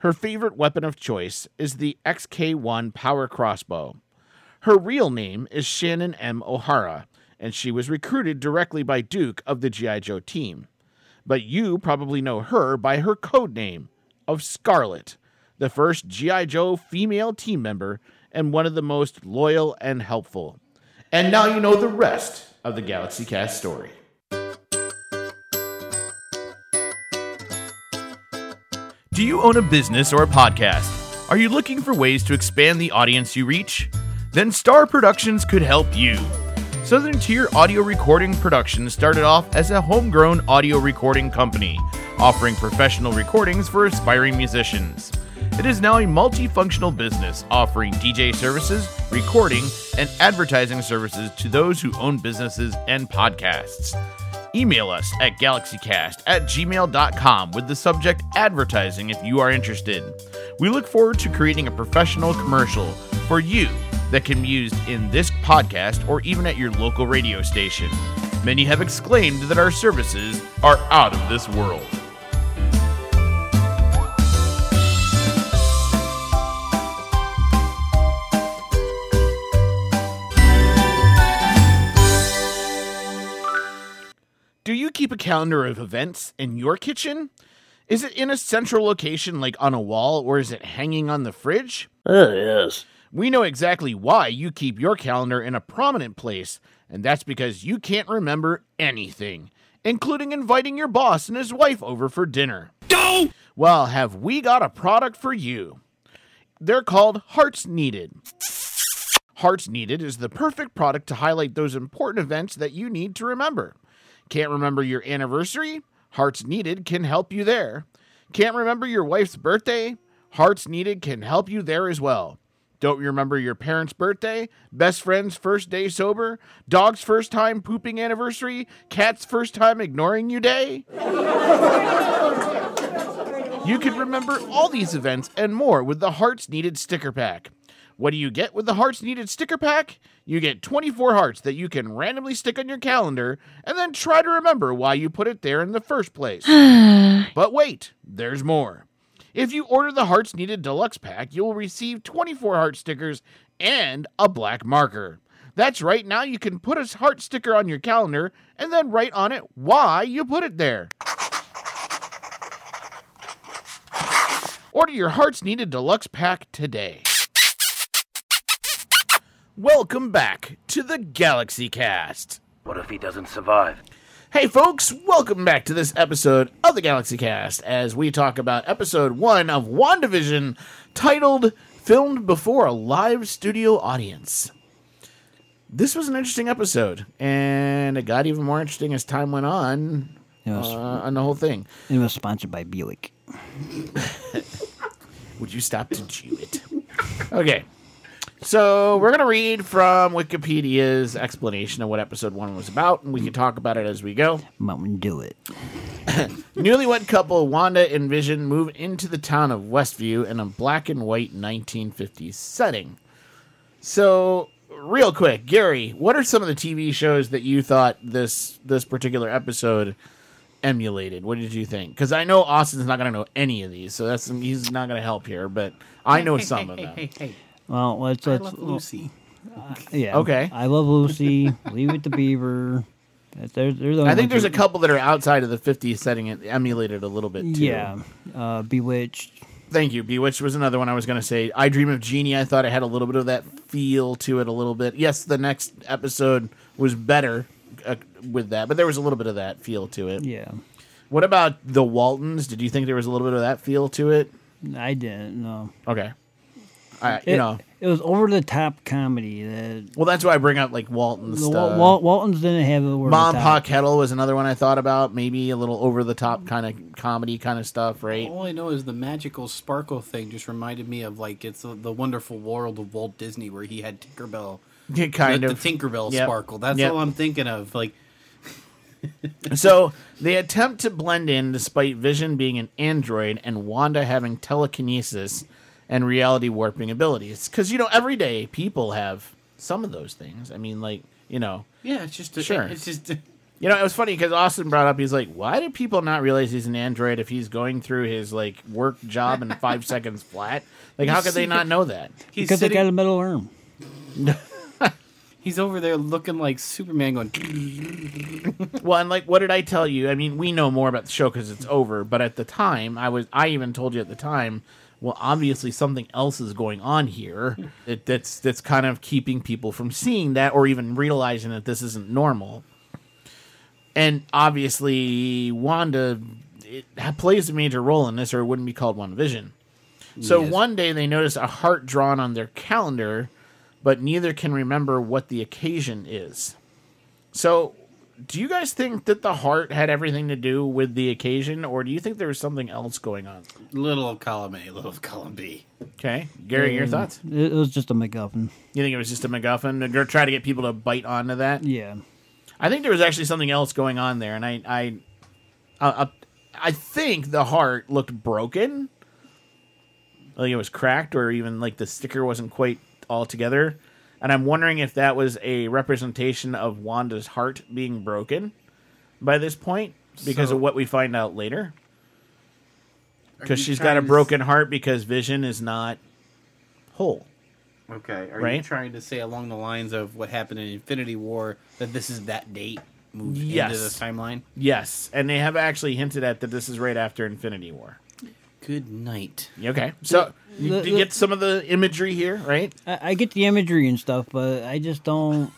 A: Her favorite weapon of choice is the XK 1 power crossbow. Her real name is Shannon M. O'Hara, and she was recruited directly by Duke of the G.I. Joe team but you probably know her by her code name of Scarlet, the first G.I. Joe female team member and one of the most loyal and helpful. And now you know the rest of the Galaxy Cast story. Do you own a business or a podcast? Are you looking for ways to expand the audience you reach? Then Star Productions could help you. Southern Tier Audio Recording Productions started off as a homegrown audio recording company, offering professional recordings for aspiring musicians. It is now a multifunctional business offering DJ services, recording, and advertising services to those who own businesses and podcasts. Email us at galaxycast at gmail.com with the subject advertising if you are interested. We look forward to creating a professional commercial for you that can be used in this podcast or even at your local radio station. Many have exclaimed that our services are out of this world. Do you keep a calendar of events in your kitchen? Is it in a central location like on a wall or is it hanging on the fridge?
I: Oh, yes.
A: We know exactly why you keep your calendar in a prominent place, and that's because you can't remember anything, including inviting your boss and his wife over for dinner. Well, have we got a product for you? They're called Hearts Needed. Hearts Needed is the perfect product to highlight those important events that you need to remember. Can't remember your anniversary? Hearts Needed can help you there. Can't remember your wife's birthday? Hearts Needed can help you there as well. Don't remember your parents' birthday, best friend's first day sober, dog's first time pooping anniversary, cat's first time ignoring you day? You can remember all these events and more with the Hearts Needed sticker pack. What do you get with the Hearts Needed sticker pack? You get 24 hearts that you can randomly stick on your calendar and then try to remember why you put it there in the first place. But wait, there's more. If you order the Hearts Needed Deluxe Pack, you will receive 24 heart stickers and a black marker. That's right, now you can put a heart sticker on your calendar and then write on it why you put it there. Order your Hearts Needed Deluxe Pack today. Welcome back to the Galaxy Cast.
I: What if he doesn't survive?
A: Hey, folks, welcome back to this episode of the Galaxy Cast as we talk about episode one of WandaVision titled Filmed Before a Live Studio Audience. This was an interesting episode, and it got even more interesting as time went on
D: It
A: uh,
D: was,
A: on the whole thing.
D: it was sponsored by Buick.
A: Would you stop to chew it? Okay. So we're gonna read from Wikipedia's explanation of what episode one was about, and we can talk about it as we go.
D: Mountain Dew it.
A: Newlywed couple Wanda and Vision move into the town of Westview in a black and white 1950s setting. So, real quick, Gary, what are some of the TV shows that you thought this this particular episode emulated? What did you think? Because I know Austin's not going to know any of these, so that's he's not going to help here. But I know
E: Hey,
A: some
E: hey,
A: of
E: hey,
A: them.
E: Hey, hey,
D: Well, let's
E: I
D: let's
E: love Lucy.
D: yeah.
A: Okay.
D: I love Lucy. Leave it to Beaver. That- They're, they're the
A: I
D: only
A: think
D: ones
A: there's a couple that are outside of the 50s setting and emulated a little bit
D: that-
A: too.
D: Yeah. Uh, Bewitched.
A: Thank you. Bewitched was another one I was going to say. I Dream of Genie. I thought it had a little bit of that feel to it, a little bit. Yes, the next episode was better uh, with that, but there was a little bit of that feel to it.
D: Yeah.
A: What about the Waltons? Did you think there was a little bit of that feel to it?
D: I didn't know.
A: Okay. I,
D: It,
A: you know,
D: it was over the top comedy. That
A: well, that's why I bring up like Walton
D: the
A: stuff.
D: Wal- Wal- Waltons didn't have a word.
A: Mom Pa
D: top.
A: Kettle was another one I thought about. Maybe a little over the top kind of comedy kind of stuff, right? (laughs)
E: All I know is the magical sparkle thing just reminded me of like it's the, the wonderful world of Walt Disney where he had Tinkerbell.
A: Yeah, kind
E: the,
A: of.
E: the Tinkerbell
A: Yep.
E: sparkle. That's
A: Yep.
E: all I'm thinking of. Like
A: So they attempt to blend in despite Vision being an android and Wanda having telekinesis and reality warping abilities. Because, you know, every day people have some of those things. I mean, like, you know,
E: Yeah, it's just a,
A: Sure.
E: It's just (laughs) a-
A: you know, it was funny because Austin brought up, he's like, why do people not realize he's an android if he's going through his, like, work job in five (laughs) seconds flat? Like, how could they not know that?
E: he's
D: because
E: sitting,
D: they got a middle arm.
E: he's over there looking like Superman going. (clears throat)
A: Well, and like, what did I tell you? I mean, we know more about the show because it's over. But at the time, I was—I even told you at the time. Well, obviously, something else is going on here that, that's that's kind of keeping people from seeing that or even realizing that this isn't normal. And obviously, Wanda it ha- plays a major role in this, or it wouldn't be called One Vision. So
E: Yes.
A: one day they notice a heart drawn on their calendar, but neither can remember what the occasion is. So do you guys think that the heart had everything to do with the occasion, or do you think there was something else going on?
E: Little of column A, little of column B.
A: Okay, Gary, your thoughts?
D: It, it was just a MacGuffin.
A: You think it was just a MacGuffin and try to get people to bite onto that?
D: Yeah.
A: I think there was actually something else going on there, and I, I, I, I think the heart looked broken. I think it was cracked, or even like the sticker wasn't quite all together. And I'm wondering if that was a representation of Wanda's heart being broken by this point, because
E: So-
A: of what we find out later.
E: Are
A: Because
E: you
A: she's got a
E: trying to s-
A: broken heart because Vision is not whole.
E: Okay, are you
A: Right?
E: trying to say along the lines of what happened in Infinity War that this is that date moved
A: Yes.
E: into this timeline?
A: Yes, and they have actually hinted at that this is right after Infinity War.
E: Good night. (laughs)
A: Okay, so you,
D: the-
A: you get some of the imagery here, right?
D: I, I get the imagery and stuff, but I just don't.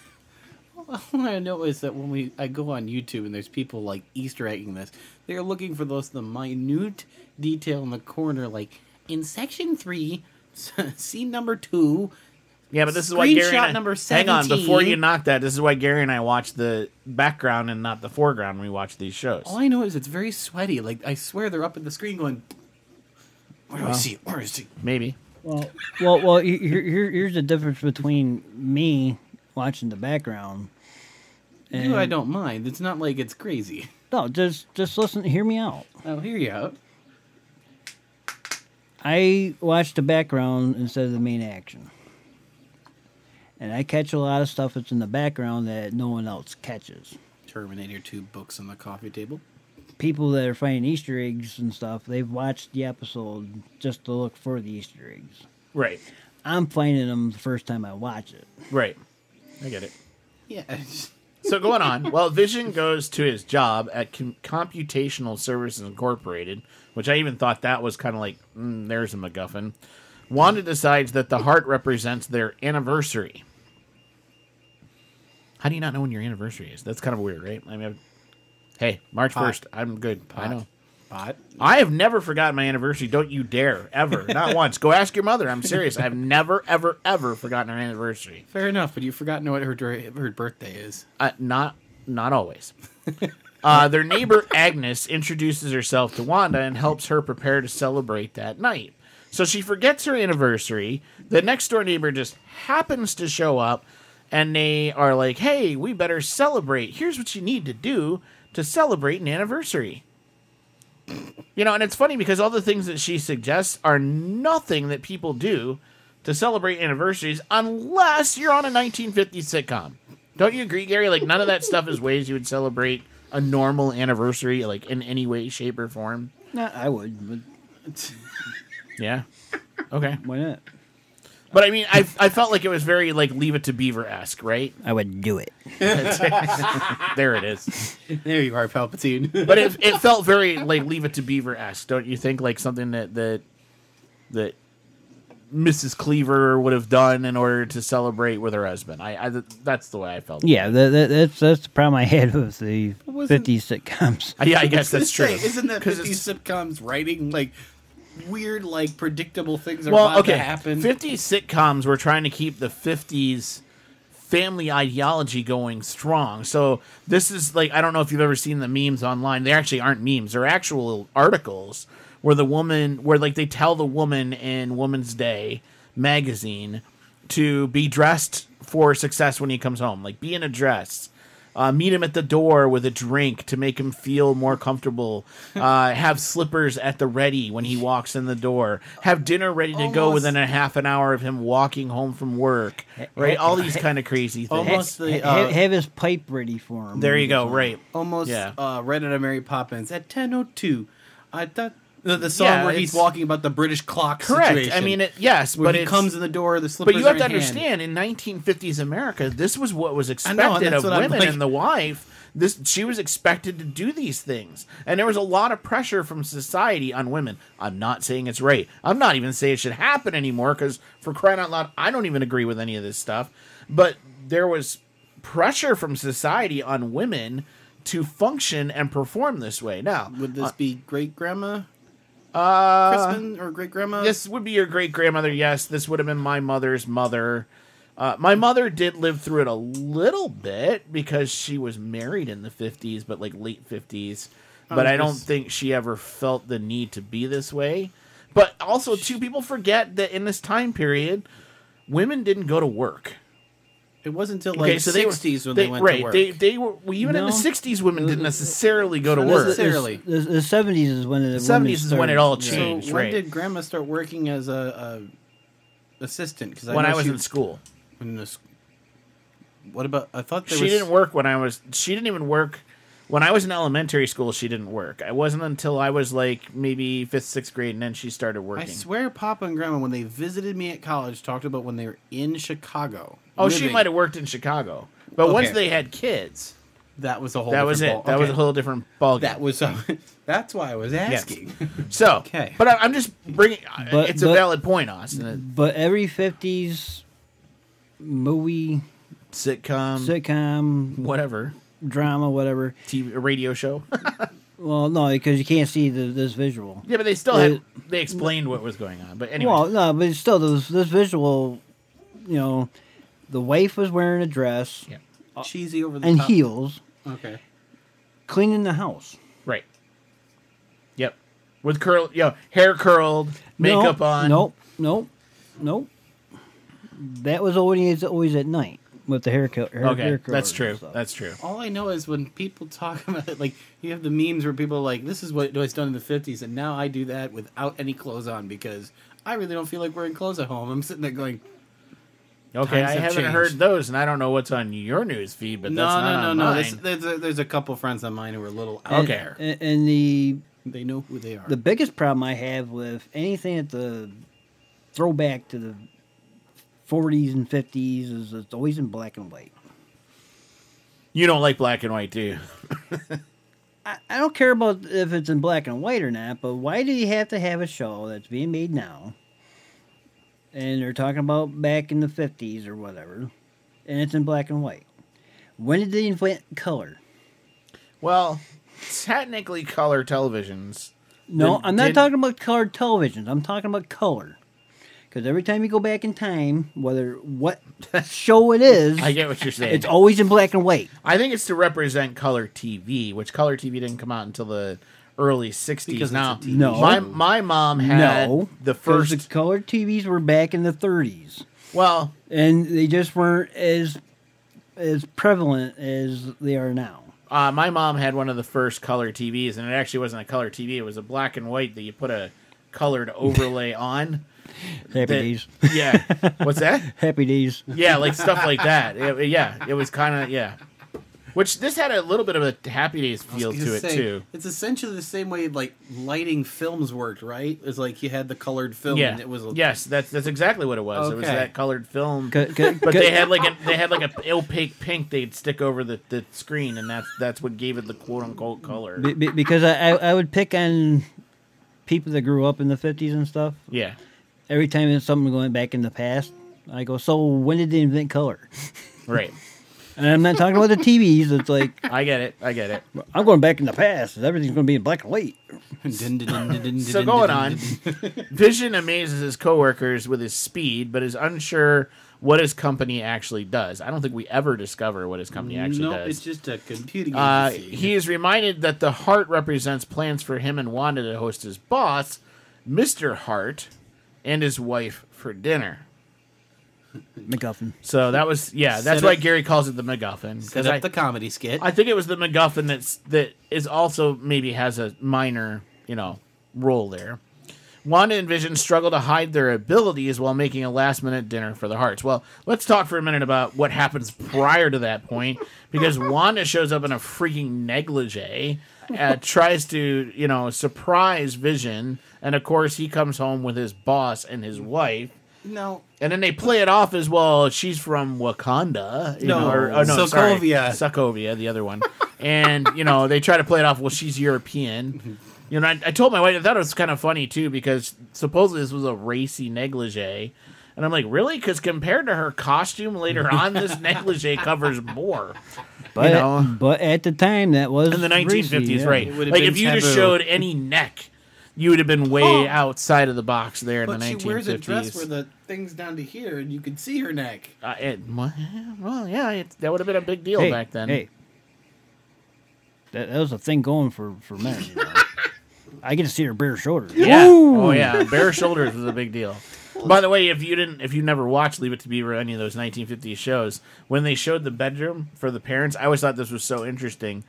E: All I know is that when we I go on YouTube and there's people like Easter egging this, they're looking for those the minute detail in the corner, like in section three, (laughs) scene number two.
A: Yeah, but this is why Gary and
E: Screenshot
A: I,
E: number
A: Hang on,
E: 17.
A: before you knock that, this is why Gary and I watch the background and not the foreground when we watch these shows.
E: All Oh, I know is it's very sweaty. Like I swear they're up at the screen going, "Where do I see it? Where is it?"
A: Maybe.
D: Well, well, well. he- Here, here, here's the difference between me watching the background.
E: You, I don't mind. It's not like it's crazy.
D: No, just just listen. Hear me out.
E: I'll hear you out.
D: I watch the background instead of the main action. And I catch a lot of stuff that's in the background that no one else catches.
E: Terminator Two books on the coffee table.
D: People that are finding Easter eggs and stuff, they've watched the episode just to look for the Easter eggs.
A: Right.
D: I'm finding them the first time I watch it.
A: Right. I get it.
E: Yeah. (laughs)
A: So going on, well, Vision goes to his job at Com- Computational Services Incorporated, which I even thought that was kind of like, mm, there's a MacGuffin. Wanda decides that the heart represents their anniversary. How do you not know when your anniversary is? That's kind of weird, right? I mean, I've- hey, March
E: Pot.
A: first, I'm good. I know.
E: Bot.
A: I have never forgotten my anniversary. Don't you dare, ever, not (laughs) once. Go ask your mother. I'm serious. I've never, ever, ever forgotten her anniversary.
E: Fair enough, but you've forgotten what her her birthday is.
A: Uh, not not always. (laughs) uh, their neighbor Agnes introduces herself to Wanda and helps her prepare to celebrate that night. So she forgets her anniversary. The next door neighbor just happens to show up, and they are like, "Hey, we better celebrate. Here's what you need to do to celebrate an anniversary." You know, and it's funny because all the things that she suggests are nothing that people do to celebrate anniversaries unless you're on a 1950s sitcom. Don't you agree, Gary? Like, none of that stuff is ways you would celebrate a normal anniversary, like, in any way, shape, or form.
D: Nah, I would, but
A: (laughs) Yeah. Okay.
D: why not?
A: But I mean, I, I felt like it was very, like, Leave It to Beaver esque, right?
D: I would do it.
A: There it is.
E: There you are, Palpatine.
A: But it, it felt very, like, Leave It to Beaver esque, don't you think? Like, something that, that, that Mrs. Cleaver would have done in order to celebrate with her husband. I, I That's the way I felt.
D: Yeah, that, that, that's that's the problem I had (laughs) with the
E: Wasn't-
D: 50s sitcoms.
A: Yeah, I guess that's true.
E: Say, isn't that
A: 'Cause
E: 50
A: it's-
E: sitcoms writing like weird, like predictable things are
A: well,
E: about
A: okay.
E: to happen?
A: 50s sitcoms were trying to keep the 50s family ideology going strong. So this is like I don't know if you've ever seen the memes online. They actually aren't memes. They're actual articles where the woman where like they tell the woman in Woman's Day magazine to be dressed for success when he comes home. Like be in a dress. Uh, meet him at the door with a drink to make him feel more
E: (laughs)
A: comfortable. Uh, have slippers at the ready when he walks in the door. Have dinner ready to go
E: Almost-
A: within a half an hour of him walking home from work. Right, all
E: (laughs)
A: these kind of crazy things.
E: Almost the
D: Ha-
E: uh,
D: have his pipe ready for him.
A: There you go. Right.
E: almost
A: Yeah.
E: uh, read it on Mary Poppins at ten oh two. I thought the, the song
A: Yeah,
E: where he's
A: it's-
E: walking about the British clock.
A: Correct.
E: Situation,
A: I mean, it, yes,
E: where
A: but
E: he
A: it's-
E: comes in the door, the slippers.
A: But you
E: are
A: have to
E: in hand.
A: understand, in 1950s America, this was what was
E: I know, and
A: expected
E: that's
A: of
E: what I'm
A: women
E: like-
A: and the wife. This she was expected to do these things, and there was a lot of pressure from society on women. I'm not saying it's right. I'm not even saying it should happen anymore because, for crying out loud, I don't even agree with any of this stuff. But there was pressure from society on women to function and perform this way. Now,
E: Would this be great grandma?
A: uh,
E: Crispin or great grandma?
A: this would be your great grandmother. Yes, this would have been my mother's mother. Uh, my mother did live through it a little bit because she was married in the 50s, but like late 50s.
E: Oh,
A: But I don't
E: yes.
A: think she ever felt the need to be this way. But also, too, people forget that in this time period, women didn't go to work.
E: It wasn't until like
A: they were-
E: 60s when
A: they,
E: they, went
A: right,
E: to work.
A: They, they were well, even in the
D: No.
A: 60s, women didn't necessarily go to
E: Not
A: work.
E: necessarily.
D: The, the 70s is when the,
A: The 70s is when it all
E: so
A: changed.
E: when
A: right?
E: did Grandma start working as a, a assistant? Because
A: when I was in school.
E: in this. What about? I thought there
A: she
E: was,
A: didn't work when I was. She didn't even work when I was in elementary school. She didn't work. It wasn't until I was like maybe fifth, sixth grade, and then she started
E: I
A: working.
E: swear, Papa and Grandma, when they visited me at college, talked about when they were in Chicago.
A: oh, she
E: living.
A: might have worked in Chicago, but once
E: Okay.
A: they had kids,
E: That was a whole.
A: that was it.
E: different ball-
A: That was a
E: okay.
A: whole different ballgame.
E: That was. Uh, (laughs) that's why I was asking.
A: so.
E: Okay.
A: But I, I'm just bringing. uh,
D: But-
A: it's a
D: but-
A: valid point, Austin.
D: But every 50s movie,
A: Sitcom,
D: sitcom,
A: whatever,
D: drama, whatever.
A: TV, radio show. (laughs)
D: Well, no, because you can't see the, this visual.
A: yeah, but they still
D: Uh,
A: had. They explained what was going on. But anyway,
D: Well, no, but still, this, this visual, you know, the wife was wearing a dress
A: Yeah.
E: Cheesy over the
D: and
E: top.
D: heels,
E: Okay.
D: cleaning the house.
A: right. Yep. With curl, you know, hair curled, makeup
D: No,
A: on.
D: Nope, nope, nope. That was always always at night with the haircut. Hair,
A: Okay,
D: hair color
A: that's
D: and
A: true.
D: stuff.
A: That's true.
E: All I know is when people talk (laughs) about it, like you have the memes where people are like, "This is what was done in the '50s," and now I do that without any clothes on because I really don't feel like wearing clothes at home. I'm sitting there going,
A: Okay,
E: Times
A: I
E: have
A: haven't
E: changed.
A: heard those, and I don't know what's on your news feed, but
E: "No,
A: that's
E: no,
A: not
E: no,
A: on
E: no."
A: mine.
E: This, there's, a, there's a couple friends of mine who are a little out
A: Okay.
E: there.
D: And, and the
E: They know who they are.
D: the biggest problem I have with anything at the throwback to the 40s and 50s is it's always in black and white.
A: You don't like black and white, do you?
D: I, I don't care about if it's in black and white or not, but why do you have to have a show that's being made now? And they're talking about back in the 50s or whatever, and it's in black and white. When did they invent color?
A: Well, technically, color televisions.
D: No,
A: Then
D: I'm not
A: did-
D: talking about colored televisions. I'm talking about color. Because every time you go back in time, whether what (laughs) show it is,
A: I get (laughs) what you're saying.
D: it's always in black and white.
A: I think it's to represent color TV, which color TV didn't come out until the early '60s.
E: Because it's
A: now,
E: a TV
D: No.
A: my my mom had
D: no,
A: the
D: 'cause
A: first.
D: Uh, the colored TVs were back in the 30s,
A: well,
D: and they just weren't as as prevalent as they are now.
A: uh, my mom had one of the first color TVs, and it actually wasn't a color TV; it was a black and white that you put a colored overlay on. that-
D: Happy days,
A: (laughs) Yeah, what's that?
D: happy (laughs) days.
A: Yeah, like stuff like that. It- yeah, it was kind of yeah. Which this had a little bit of a Happy Days
E: I was
A: feel
E: gonna
A: to it
E: say,
A: too.
E: It's essentially the same way like lighting films worked, right? It's like you had the colored film,
A: Yeah,
E: and oh, it was a,
A: yes, that's that's exactly what it was. It was
E: Okay.
A: that colored film,
D: Good, good,
A: but
D: good.
A: they had like a they had like a opaque pink they'd stick over the, the screen, and that's that's what gave it the quote unquote color.
D: Be- be- because I, I I would pick on people that grew up in the 50s and stuff.
A: Yeah,
D: Every time there's something going back in the past, I go, so when did they invent color?
A: right.
D: And I'm not talking about the TVs. It's like
A: I get it. I get it.
D: I'm going back in the past. Everything's going to be in black and white.
E: (laughs)
A: So going on, Vision amazes his coworkers with his speed, but is unsure what his company actually does. I don't think we ever discover what his company actually
E: no,
A: does.
E: it's just a computing.
A: Uh,
E: agency.
A: he is reminded that the heart represents plans for him and Wanda to host his boss, Mr. Hart, and his wife for dinner.
D: MacGuffin.
A: So that was yeah. That's
E: Set
A: why
E: up-
A: Gary calls it the MacGuffin
E: set
A: because
E: up
A: I,
E: the comedy skit.
A: I think it was the MacGuffin that's that is also maybe has a minor you know role there. Wanda and Vision struggle to hide their abilities while making a last minute dinner for the Hearts. Well, let's talk for a minute about what happens prior to that point because Wanda shows up in a freaking negligee, uh, tries to, you know, surprise Vision, and of course he comes home with his boss and his wife.
E: no,
A: And then they play it off as well. She's from Wakanda, you
E: No,
A: know, or, oh, no, sorry,
E: Sokovia.
A: Sokovia, the other one. and you know, they try to play it off. Well, she's European. You know, I, I told my wife I thought it was kind of funny too because supposedly this was a racy negligee, and I'm like, really? Because compared to her costume
E: (laughs)
A: later on, this negligee covers more.
D: But,
A: know.
D: but at the time, that was
A: In the
D: racy,
A: 1950s,
D: yeah.
A: right?
E: It would've
A: Like
E: been
A: if you just
E: taboo.
A: showed any neck, you would have been way
E: Oh.
A: outside of the box there in
E: But
A: the 1950s.
E: she wears a dress where the thing's down to here, and you can see her neck.
A: Uh, it- well, yeah, it, that would have been a big deal
D: hey,
A: back then.
D: Hey, that, that was a thing going for for men. You know? I get to see her bare shoulders.
A: Yeah. Oh yeah, bare shoulders was a big deal. By the way, if you didn't, if you never watched Leave It to Beaver, or any of those 1950s shows, when they showed the bedroom for the parents, I always thought this was so interesting.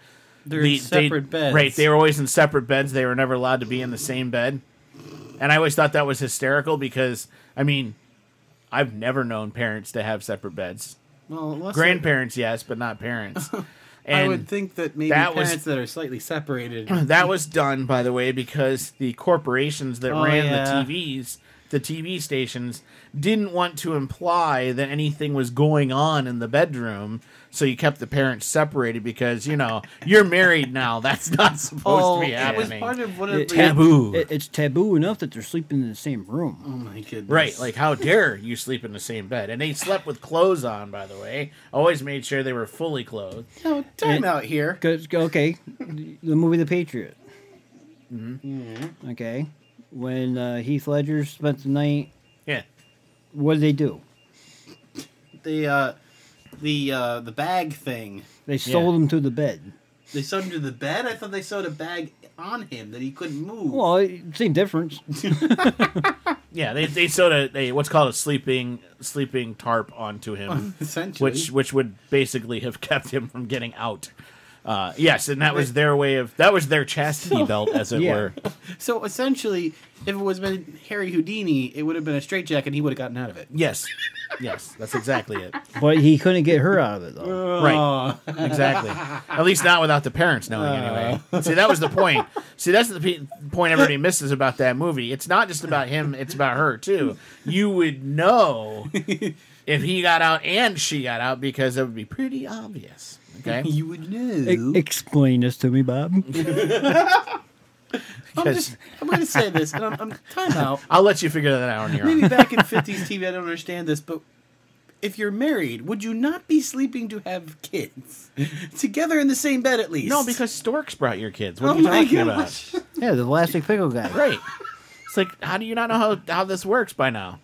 E: They're
A: The-
E: in separate beds.
A: right? They were always in separate beds. They were never allowed to be in the same bed, and I always thought that was hysterical because, I mean, I've never known parents to have separate beds.
E: well, unless
A: Grandparents, yes, but not parents.
E: they-
A: And
E: (laughs) I would think that maybe
A: that was-
E: parents that are
A: (laughs)
E: slightly separated.
A: that was done by the way because the corporations that
E: Oh,
A: ran
E: yeah.
A: the TVs, the TV stations didn't want to imply that anything was going on in the bedroom, so you kept the parents separated because, you know, you're married now. That's not supposed
E: oh,
A: to be
E: it was
A: happening.
E: part of one of
D: It-
A: (laughs)
E: the
A: Taboo.
D: It, it's taboo enough that they're sleeping in the same room.
E: Oh my goodness!
A: Right, like how dare you sleep in the same bed? And they slept with clothes on, by the way. Always made sure they were fully clothed.
E: no time out here.
D: 'Cause- okay, the movie The Patriot. Mm-hmm. Okay, when uh, Heath Ledger spent the night,
A: Yeah.
D: what did they do?
E: The uh, the uh, the bag thing.
D: They sold
A: Yeah.
D: him to the bed.
E: They sewed him to the bed. I thought they sewed a bag on him that he couldn't move.
D: Well, it- same difference.
A: Yeah, they they sewed a, a what's called a sleeping sleeping tarp onto
E: (laughs)
A: him.
E: essentially,
A: which which would basically have (laughs) kept him from getting out. Uh, yes, and that was their way of that was their chastity belt, as it
D: Yeah.
A: were.
E: so essentially, if it was been Harry Houdini, it would have been a straitjacket. and He would have gotten out of it.
A: Yes, yes, that's exactly it.
D: But he couldn't get her out of it
A: Uh,
D: though.
A: Right, exactly. At least not without the parents knowing, anyway. See, that was the point. See, that's the pe- point everybody misses about that movie. It's not just about him; it's about her too. You would know if he got out and she got out because it would be pretty obvious. Okay,
E: (laughs) You would
D: E-
E: know.
D: explain this to me, Bob.
E: I'm just. I'm going
A: (laughs)
E: to say this, and I'm, I'm time out.
A: I'll let you figure that out on your own.
E: Maybe back in 50s TV, I don't understand this, but if you're married, would you not be sleeping to have kids (laughs) together in the same bed at least?
A: No, because storks brought your kids. What
E: oh
A: are you
E: my
A: talking about?
E: gosh.
D: yeah, the plastic pickle guy.
A: Right. It's like, how do you not know how, how this works by now?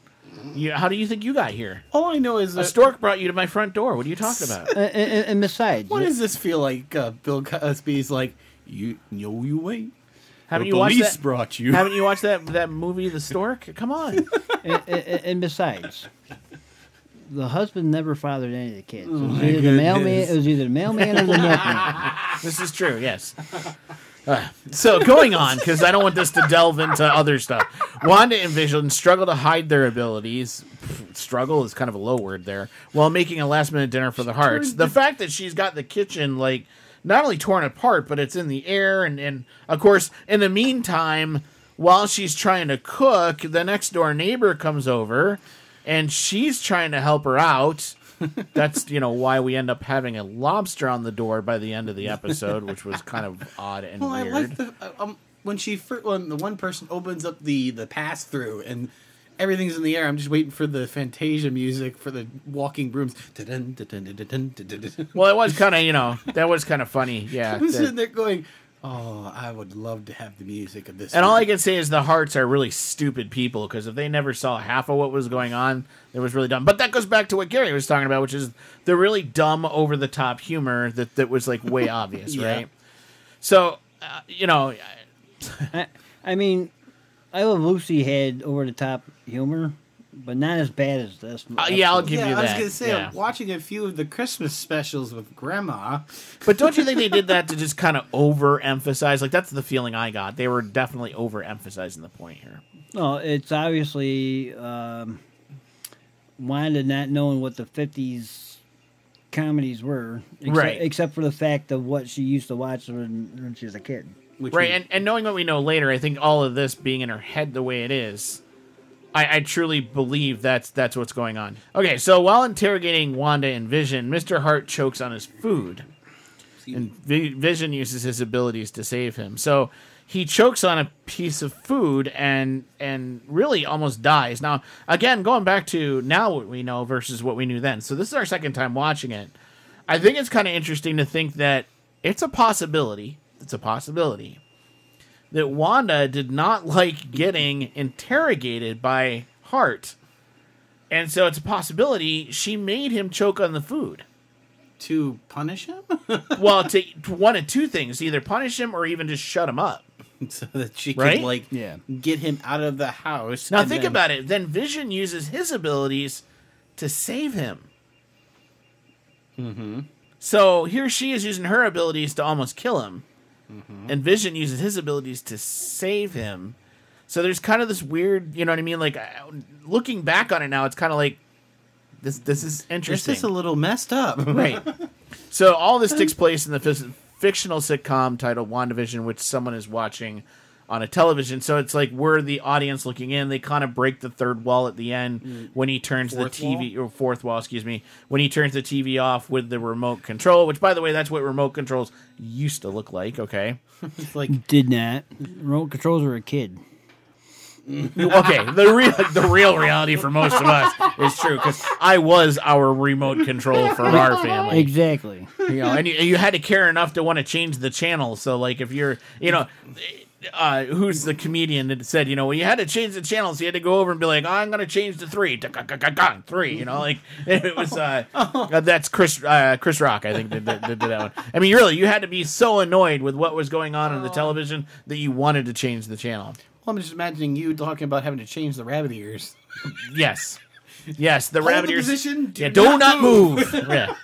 A: You, how do you think you got here?
E: All I know is
A: A
E: that
A: stork brought you to my front door. What are you talking about?
D: And, and, and besides,
E: What does this feel like? Uh, Bill Cosby's like, you know, you wait.
A: Haven't
E: the
A: you watched
E: police
A: that?
E: brought you.
A: Haven't you watched that that movie, The Stork? Come on.
D: and, and- and besides, the husband never fathered any of the kids. It
A: Oh,
D: was either the mailman. It was either the mailman or the milkman.
A: this is true. Yes. Uh, so going on, because I don't want this to delve into other stuff. Wanda and Vision struggle to hide their abilities. Pff, Struggle is kind of a low word there. While making a last minute dinner for the hearts, the fact that she's got the kitchen like not only torn apart, but it's in the air, and and of course, in the meantime, while she's trying to cook, the next door neighbor comes over, and she's trying to help her
E: (laughs)
A: out that's you know why we end up having a lobster on the door by the end of the episode, which was kind of odd and
E: Well, I
A: weird.
E: like the uh, um, when she fir- when the one person opens up the the pass through and everything's in the air. I'm just waiting for the Fantasia music for the walking rooms. Dun, dun, dun, dun, dun, dun, dun, dun.
A: well, it was kind of you know that was kind of funny,
E: (laughs)
A: yeah.
E: I'm
A: that-
E: sitting there going, "Oh, I would love to have the music of this."
A: and all I
E: movie."
A: can say is the hearts are really stupid people because if they never saw half of what was going on, it was really dumb. But that goes back to what Gary was talking about, which is the really dumb, over the top humor that that was like way obvious,
E: Yeah.
A: right? So uh, you know,
D: I, I mean, I love Lucy had over the top humor, but not as bad as this.
A: uh, yeah, I'll
D: episode.
A: give
E: yeah,
A: you
E: I
A: that.
E: was gonna say
A: yeah.
E: I'm watching a few of the Christmas specials with Grandma.
A: But don't you think they did that to just kind of overemphasize? Like that's the feeling I got. They were definitely overemphasizing the point here.
D: No, it's obviously um, Wanda not knowing what the fifties comedies were, except,
A: Right.
D: Except for the fact of what she used to watch when, when she was a kid.
E: Which
A: right,
E: we-
A: and, and knowing what we know later, I think all of this being in her head the way it is, I, I truly believe that's that's what's going on. Okay, so while interrogating Wanda and Vision, Mr. Hart chokes on his food. And Vi- Vision uses his abilities to save him. So he chokes on a piece of food and and really almost dies. Now, again, going back to now what we know versus what we knew then. So this is our second time watching it. I think it's kind of interesting to think that it's a possibility. It's a possibility that Wanda did not like getting interrogated by Hart. And so it's a possibility she made him choke on the food.
E: to punish him (laughs)
A: Well, to, to one of two things either punish him or even just shut him up.
E: (laughs) so that she
A: Right?
E: could like
D: Yeah.
E: get him out of the house.
A: Now
E: and
A: think
E: then-
A: about it. Then Vision uses his abilities to save him. Mm-hmm.
E: Mm-hmm.
A: So here she is using her abilities to almost kill him,
E: Mm-hmm.
A: and Vision uses his abilities to save him. So there's kind of this weird, you know what I mean? Like I- looking back on it now, it's kind of like this. This is
E: This
A: interesting,
E: is a little messed up.
A: right? so all this takes place in the fis- fictional sitcom titled WandaVision, which someone is watching on a television. So it's like we're the audience looking in. They kind of break the third wall at the end when he turns
E: Fourth
A: the TV or fourth wall, excuse me, when he turns the TV off with the remote control. Which, by the way, that's what remote controls used to look like. Okay,
E: It's like
D: Did not. Remote controls are a kid.
A: okay. The real the real reality for most of us is true because I was our remote control for our
D: (laughs)
A: family. (laughs)
D: Exactly.
A: you know, and you, you had to care enough to want to change the channel. So, like, if you're, you know, uh, who's the comedian that said, you know, well, you had to change the channel, so you had to go over and be like, I'm going to change to three, Da-ga-ga-ga-ga, three, you know, like (laughs) it was. Uh, uh, that's Chris uh, Chris Rock, I think, that that- that did that one. I mean, really, you had to be so annoyed with what was going on on the television that you wanted to change the channel.
E: well, I'm just imagining you talking about having to change the rabbit ears.
A: Yes. Yes, the rabbit
E: the
A: ears.
E: position, do
A: yeah, do
E: not
A: not move. (laughs) yeah.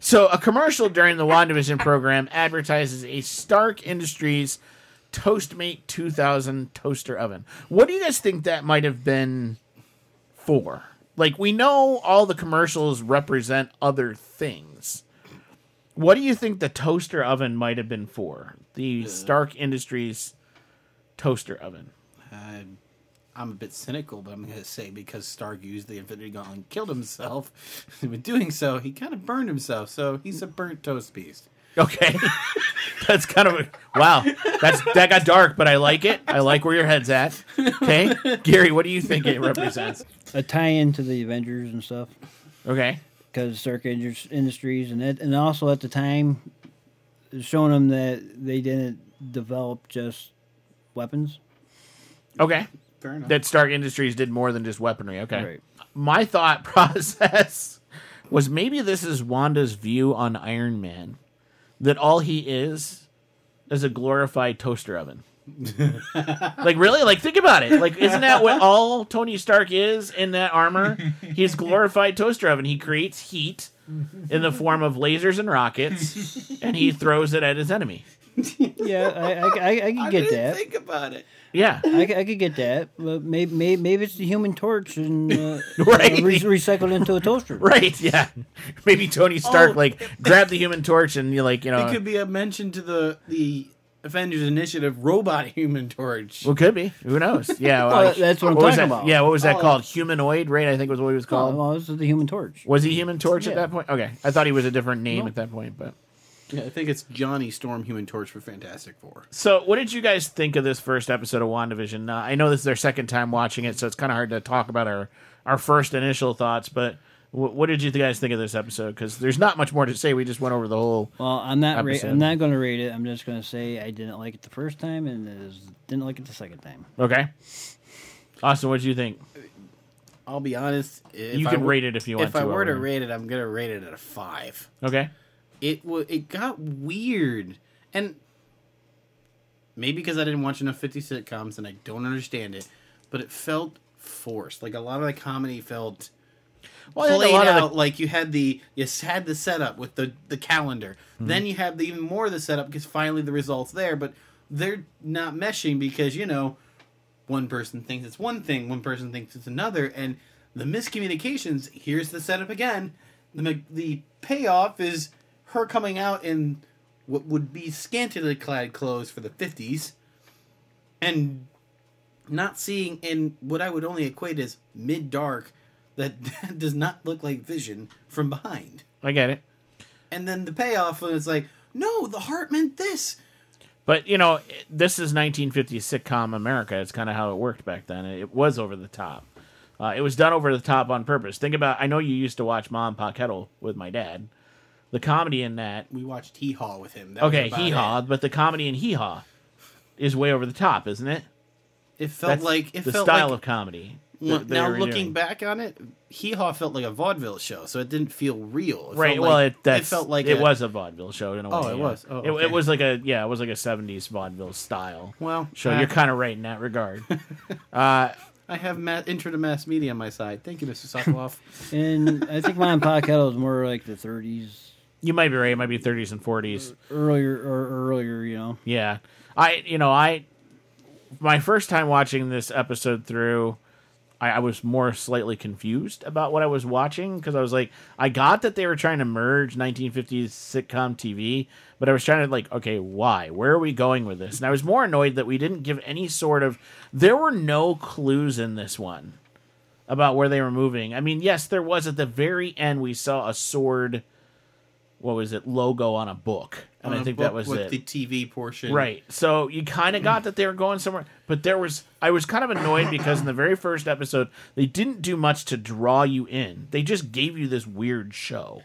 A: So a commercial during the WandaVision program advertises a Stark Industries Toastmate 2000 toaster oven. What do you guys think that might have been for? Like we know all the commercials represent other things. What do you think the toaster oven might have been for? The Stark Industries toaster oven.
E: Uh, I'm a bit cynical, but I'm going to say because Stark used the Infinity Gauntlet and killed himself, (laughs) in doing so, he kind of burned himself, so he's a burnt toast beast.
A: Okay. That's kind of a, wow. That's that got dark, but I like it. I like where your head's at. Okay, Gary, what do you think it represents?
D: A tie in to the Avengers and stuff.
A: Okay,
D: because Circa Indus- Industries and it, and also at the time, showing them that they didn't develop just weapons.
A: okay.
E: Fair enough.
A: That Stark Industries did more than just weaponry. Okay. My thought (laughs) process was maybe this is Wanda's view on Iron Man, that all he is is a glorified toaster
E: (laughs)
A: oven. like really? Like think about it. Like isn't that what all Tony Stark is in that armor? He's glorified toaster oven. He creates heat in the form of lasers and rockets, and he throws it at his enemy.
D: Yeah, I I, I, I could
E: (laughs)
D: get that.
E: Think about it.
A: Yeah.
D: I, could- I could get that, but maybe maybe, maybe it's the Human Torch and uh,
A: (laughs) Right.
D: uh, re- recycled into a
A: (laughs)
D: toaster. (laughs)
A: Right, yeah. Maybe Tony Stark
E: Oh.
A: like grabbed the human torch and you like, you know
E: it could be a mention to the the Avengers Initiative robot (laughs) Human Torch.
A: Well, could be. Who knows?
D: (laughs)
A: Yeah, well,
D: Well, that's what I'm
A: was
D: talking
A: that-
D: about.
A: Yeah, what was that
E: Oh.
A: called? Humanoid, right? I think was what he was
D: Oh,
A: called.
D: well, this is the Human Torch.
A: was he Human Torch at
D: Yeah.
A: that point? Okay, I thought he was a different name at that point. But
E: Yeah, I think it's Johnny Storm Human Torch for Fantastic Four.
A: so, what did you guys think of this first episode of Wandavision? Uh, I know this is their second time watching it, so it's kind of hard to talk about our our first initial thoughts. But wh- what did you guys think of this episode? Because there's not much more to say. We just went over the whole.
D: Well, I'm not ra-
A: Episode.
D: I'm not going to rate it. I'm just going to say I didn't like it the first time and it is, didn't like it the second time.
A: Okay, Austin, what did you think?
E: I'll be honest. If
A: You
E: I
A: can
E: were-
A: rate it if you want
E: If
A: to,
E: I were to
A: Owen.
E: rate it, I'm gonna rate it at a five.
A: Okay,
E: It wa it got weird, and maybe because I didn't watch enough 50 sitcoms and I don't understand it, but it felt forced. Like a lot of the comedy felt
A: I think a
E: played
A: lot of the-
E: out. Like you had the you s- had the setup with the the calendar,
A: Mm-hmm.
E: then you have the, even more of the setup because finally the results there, but they're not meshing because you know one person thinks it's one thing, one person thinks it's another, and the miscommunications. Here's the setup again. The mi- the payoff is her coming out in what would be scantily clad clothes for the fifties, and not seeing in what I would only equate as mid dark that, that (laughs) does not look like Vision from behind.
A: I get it.
E: And then the payoff when it's like, no, the heart meant this.
A: But you know, it- this is 1950s sitcom America. It's kind of how it worked back then. It was over the top. Uh, it was done over the top on purpose. Think about. I know you used to watch Mom Pa Kettle with my dad. The comedy in that.
E: We watched Hee Haw with him. That was
A: Okay,
E: about
A: hee haw, but the comedy in hee haw is way over the top, isn't it?
E: It felt like it
A: the
E: felt
A: style
E: like
A: of comedy.
E: Well,
A: that they
E: now
A: were
E: looking
A: doing.
E: back on it, Hee Haw felt like a vaudeville show, so it didn't feel real. It
A: right?
E: felt
A: well,
E: like,
A: it that's,
E: it felt like
A: it
E: a-
A: was a vaudeville show in a way.
E: Oh, it
A: yeah.
E: was. Oh,
A: It- it,
E: okay.
A: was like a yeah, it was like a '70s vaudeville style.
E: Well,
A: show.
E: uh,
A: you're kind of right in that regard.
E: I have ma- intro to mass media on my side. Thank you, Mr.
A: (laughs)
E: Sokoloff.
D: And I think mine podcast was more like the 30s,
A: you might be right. It might be 30s and 40s.
D: earlier or earlier, you know.
A: Yeah. I, you know, I, my first time watching this episode through, I, I was more slightly confused about what I was watching because I was like, I got that they were trying to merge 1950s sitcom TV, but I was trying to, like, okay, why? Where are we going with this? And I was more annoyed that we didn't give any sort of, there were no clues in this one about where they were moving. I mean, yes, there was at the very end, we saw a sword. What was it? Logo on a book, and
E: On
A: I
E: a
A: think that
E: book
A: was
E: with
A: it.
E: the TV portion.
A: Right. So you kind of got that they were going somewhere, but there was I was kind of annoyed because in the very first episode they didn't do much to draw you in. They just gave you this weird show.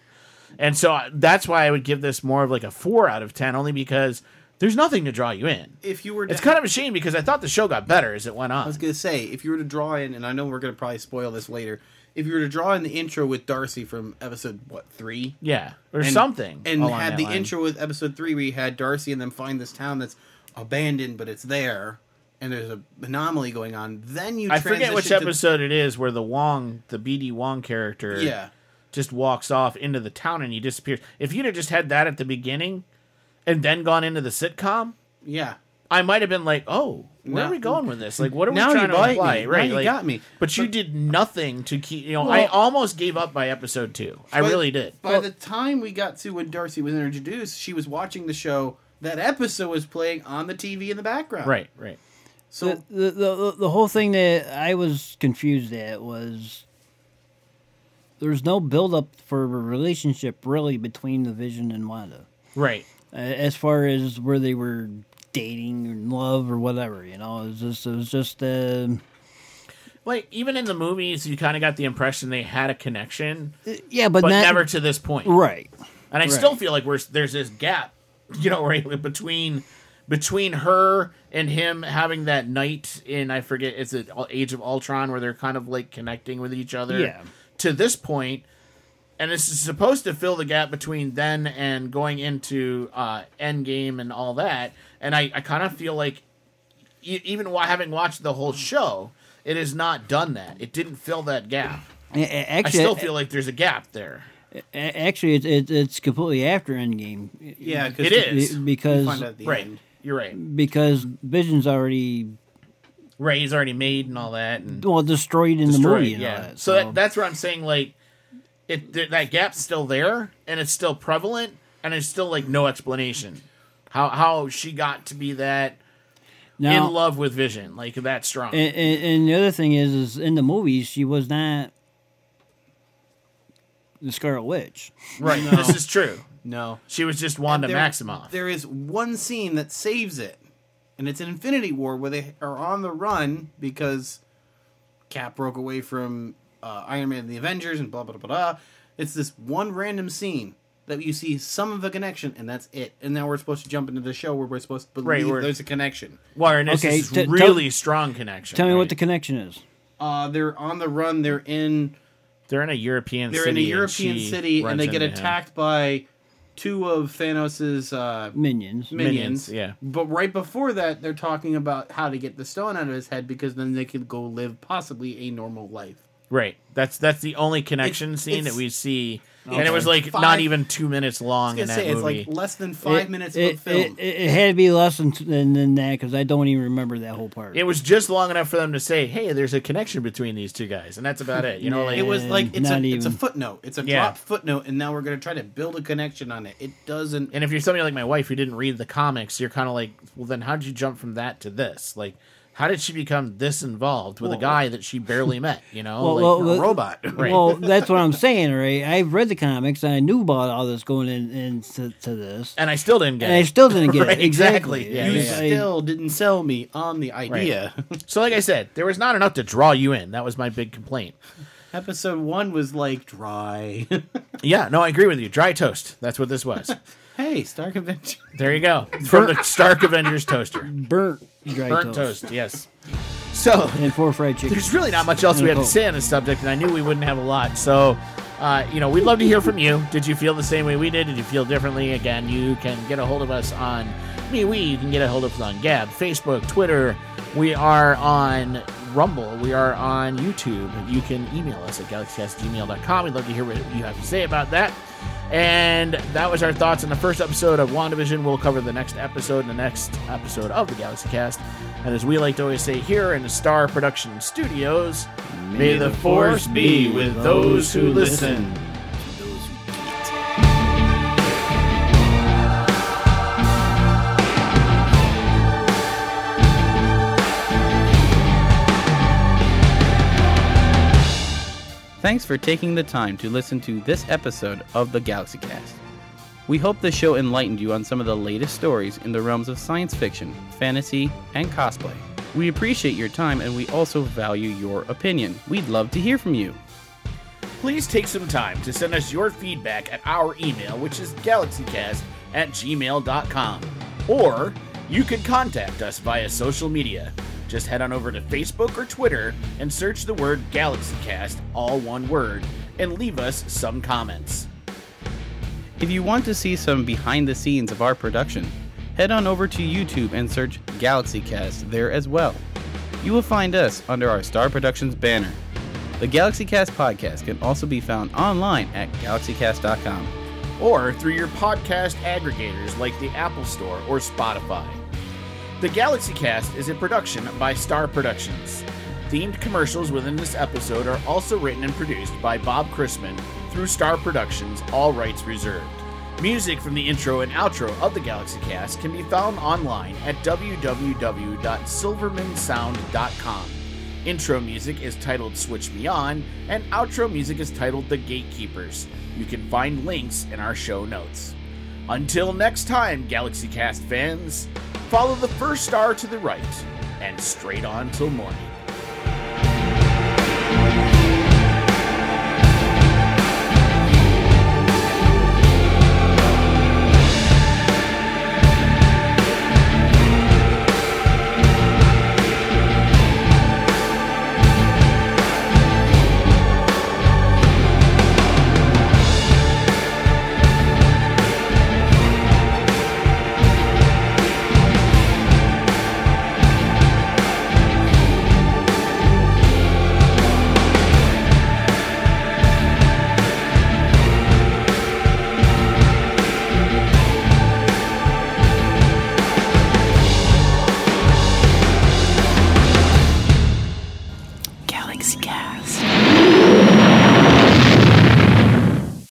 A: And so I- that's why I would give this more of like a 4 out of 10 only because there's nothing to draw you in.
E: If you were to
A: It's kind of a shame because I thought the show got better as it went
E: I
A: on.
E: was gonna say, if you were to draw in, and I know we're gonna probably spoil this later, if you were to draw in the intro with Darcy from episode what three,
A: Yeah, or
E: And-
A: something.
E: and
A: along
E: had
A: that
E: the
A: line.
E: intro with episode three, where you had Darcy and them find this town that's abandoned, but it's there, and there's a anomaly going on. Then you,
A: I forget which
E: transition to-
A: episode it is where the Wong, the BD Wong character,
E: Yeah.
A: just walks off into the town and he disappears. If you'd have just had that at the beginning and then gone into the sitcom,
E: Yeah,
A: I might have been like, "Oh, where
E: No.
A: are we going with this? Like, what are we
E: Now you
A: trying to
E: bite me.
A: imply?"
E: Now
A: Right?
E: you
A: like-
E: got me.
A: But you
E: But-
A: did nothing to keep. You know, I
E: Well-
A: almost gave up by episode two. I
E: By-
A: really did.
E: By the time we got to when Darcy was introduced, she was watching the show. That episode was playing on the TV in the background.
A: Right. Right.
E: So
D: the, the, the, the whole thing that I was confused at was there's no build up for a relationship really between the Vision and Wanda,
A: Right.
D: A- as far as where they were dating or in love or whatever. You know, it was just it was just uh,
A: Like even in the movies, you kind of got the impression they had a connection,
D: yeah, but,
A: but
D: not,
A: never to this point.
D: right.
A: And I still feel like we're there's this gap, (laughs) you know, right between between her and him having that night in I forget is it Ul- Age of Ultron where they're kind of like connecting with each other.
D: Yeah.
A: To this point, and this is supposed to fill the gap between then and going into uh, Endgame and all that. And I, I kind of feel like e- even while having watched the whole show, it has not done that. It didn't fill that gap.
D: A- a-
A: I
D: Actually,
A: still feel like there's a gap there.
D: a- actually, it's it's it's completely after Endgame
E: yeah, because
A: It is.
D: because
E: Find out at the
A: Right.
E: end.
A: You're right.
D: because Vision's already
A: Right, he's already made and all that, and
D: well destroyed in the
A: destroyed,
D: movie. And
A: yeah.
D: all that,
A: so that, that's where I'm saying like, it th- that gap's still there, and it's still prevalent, and it's still like no explanation how how she got to be that
D: now, Eh.
A: in love with Vision, like that strong.
D: And, and, and the other thing is, is in the movies she was not the Scarlet Witch.
A: right, this is true.
E: No.
A: She was just Wanda
E: There-
A: Maximoff.
E: There is one scene that saves it, and it's in Infinity War where they are on the run because Cap broke away from uh, Iron Man and the Avengers and blah blah blah blah. It's this one random scene that you see some of a connection, and that's it. And now we're supposed to jump into the show where we're supposed to
A: Right,
E: believe
A: we're-
E: there's a connection.
A: Warren, this
D: Okay,
A: is
D: t- tell-
A: really strong connection.
D: Tell me what the
A: right?
D: connection is.
E: Uh, they're on the run. They're in
A: they're in a European.
E: they're in
A: city
E: a
A: and
E: European
A: she
E: city,
A: runs
E: and they get
A: into him.
E: attacked by two of Thanos's uh,
D: Minions.
E: minions.
A: Minions, yeah.
E: But right before that, they're talking about how to get the stone out of his head because then they could go live possibly a normal life.
A: Right, that's that's the only connection
E: It's-
A: scene
E: it's-
A: that we see, and it
E: it's
A: was like
E: five-
A: not even two minutes long
E: I
A: in
E: was
A: that
E: gonna say
A: movie.
E: it's like less than five
D: It-
E: minutes
D: it,
E: of film.
D: It, it, it had to be less than, than, than that because I don't even remember that whole part.
A: it was just long enough for them to say, "Hey, there's a connection between these two guys," and that's about it. You know, like
E: It was like it's a
D: Not
E: it's a
D: even.
E: footnote. It's a
A: Yeah.
E: drop footnote, and now we're gonna try to build a connection on it. It doesn't.
A: And if you're somebody like my wife who didn't read the comics, you're kind of like, "Well, then how did you jump from that to this? Like, how did she become this involved with a guy that she barely met? You know,
D: Well,
A: like,
D: well, well,
E: robot. (laughs)
A: right?
D: Well, that's what I'm saying, right? I've read the comics and I knew about all this going in, into to this,
A: and I still didn't get
D: and I
A: it.
D: still didn't get
A: Right,
D: it exactly.
A: exactly. Yeah,
E: you
A: yeah,
D: I-
E: still didn't sell me on the idea. (laughs)
A: So, like I said, there was not enough to draw you in. That was my big complaint.
E: Episode one was like dry. (laughs)
A: Yeah, no, I agree with you. Dry toast. That's what this was.
E: Hey, Star Convention.
A: There you go. From the Stark Avengers toaster.
D: Burnt dry
A: Burnt
D: toast.
A: toast, yes. So
D: and four fried chicken.
A: there's really not much else we have to
D: Oh.
A: say on this subject, and I knew we wouldn't have a lot. So, uh, you know, we'd love to hear from you. Did you feel the same way we did? Did you feel differently? Again, you can get a hold of us on me, we. You can get a hold of us on Gab, Facebook, Twitter. We are on Rumble. We are on YouTube. You can email us at galaxycastgmail.com. We'd love to hear what you have to say about that. And that was our thoughts on the first episode of WandaVision. We'll cover the next episode in the next episode of the Galaxy Cast. And as we like to always say here in the Star Production Studios, may, the, force be with those who listen.
B: Thanks for taking the time to listen to this episode of the GalaxyCast. We hope the show enlightened you on some of the latest stories in the realms of science fiction, fantasy, and cosplay. We appreciate your time and we also value your opinion. We'd love to hear from you.
A: Please take some time to send us your feedback at our email, which is galaxycast at gmail.com. Or you can contact us via social media. Just head on over to Facebook or Twitter and search the word GalaxyCast, all one word, and leave us some comments.
B: If you want to see some behind the scenes of our production, head on over to YouTube and search GalaxyCast there as well. You will find us under our Star Productions banner. The GalaxyCast podcast can also be found online at galaxycast.com.
A: or through your podcast aggregators like the Apple Store or Spotify. The Galaxy Cast is a production by Star Productions. Themed commercials within this episode are also written and produced by Bob Chrisman through Star Productions, all rights reserved. Music from the intro and outro of the Galaxy Cast can be found online at www.silvermansound.com. Intro music is titled Switch Me On, and outro music is titled The Gatekeepers. You can find links in our show notes. Until next time, Galaxy Cast fans, follow the first star to the right and straight on till morning.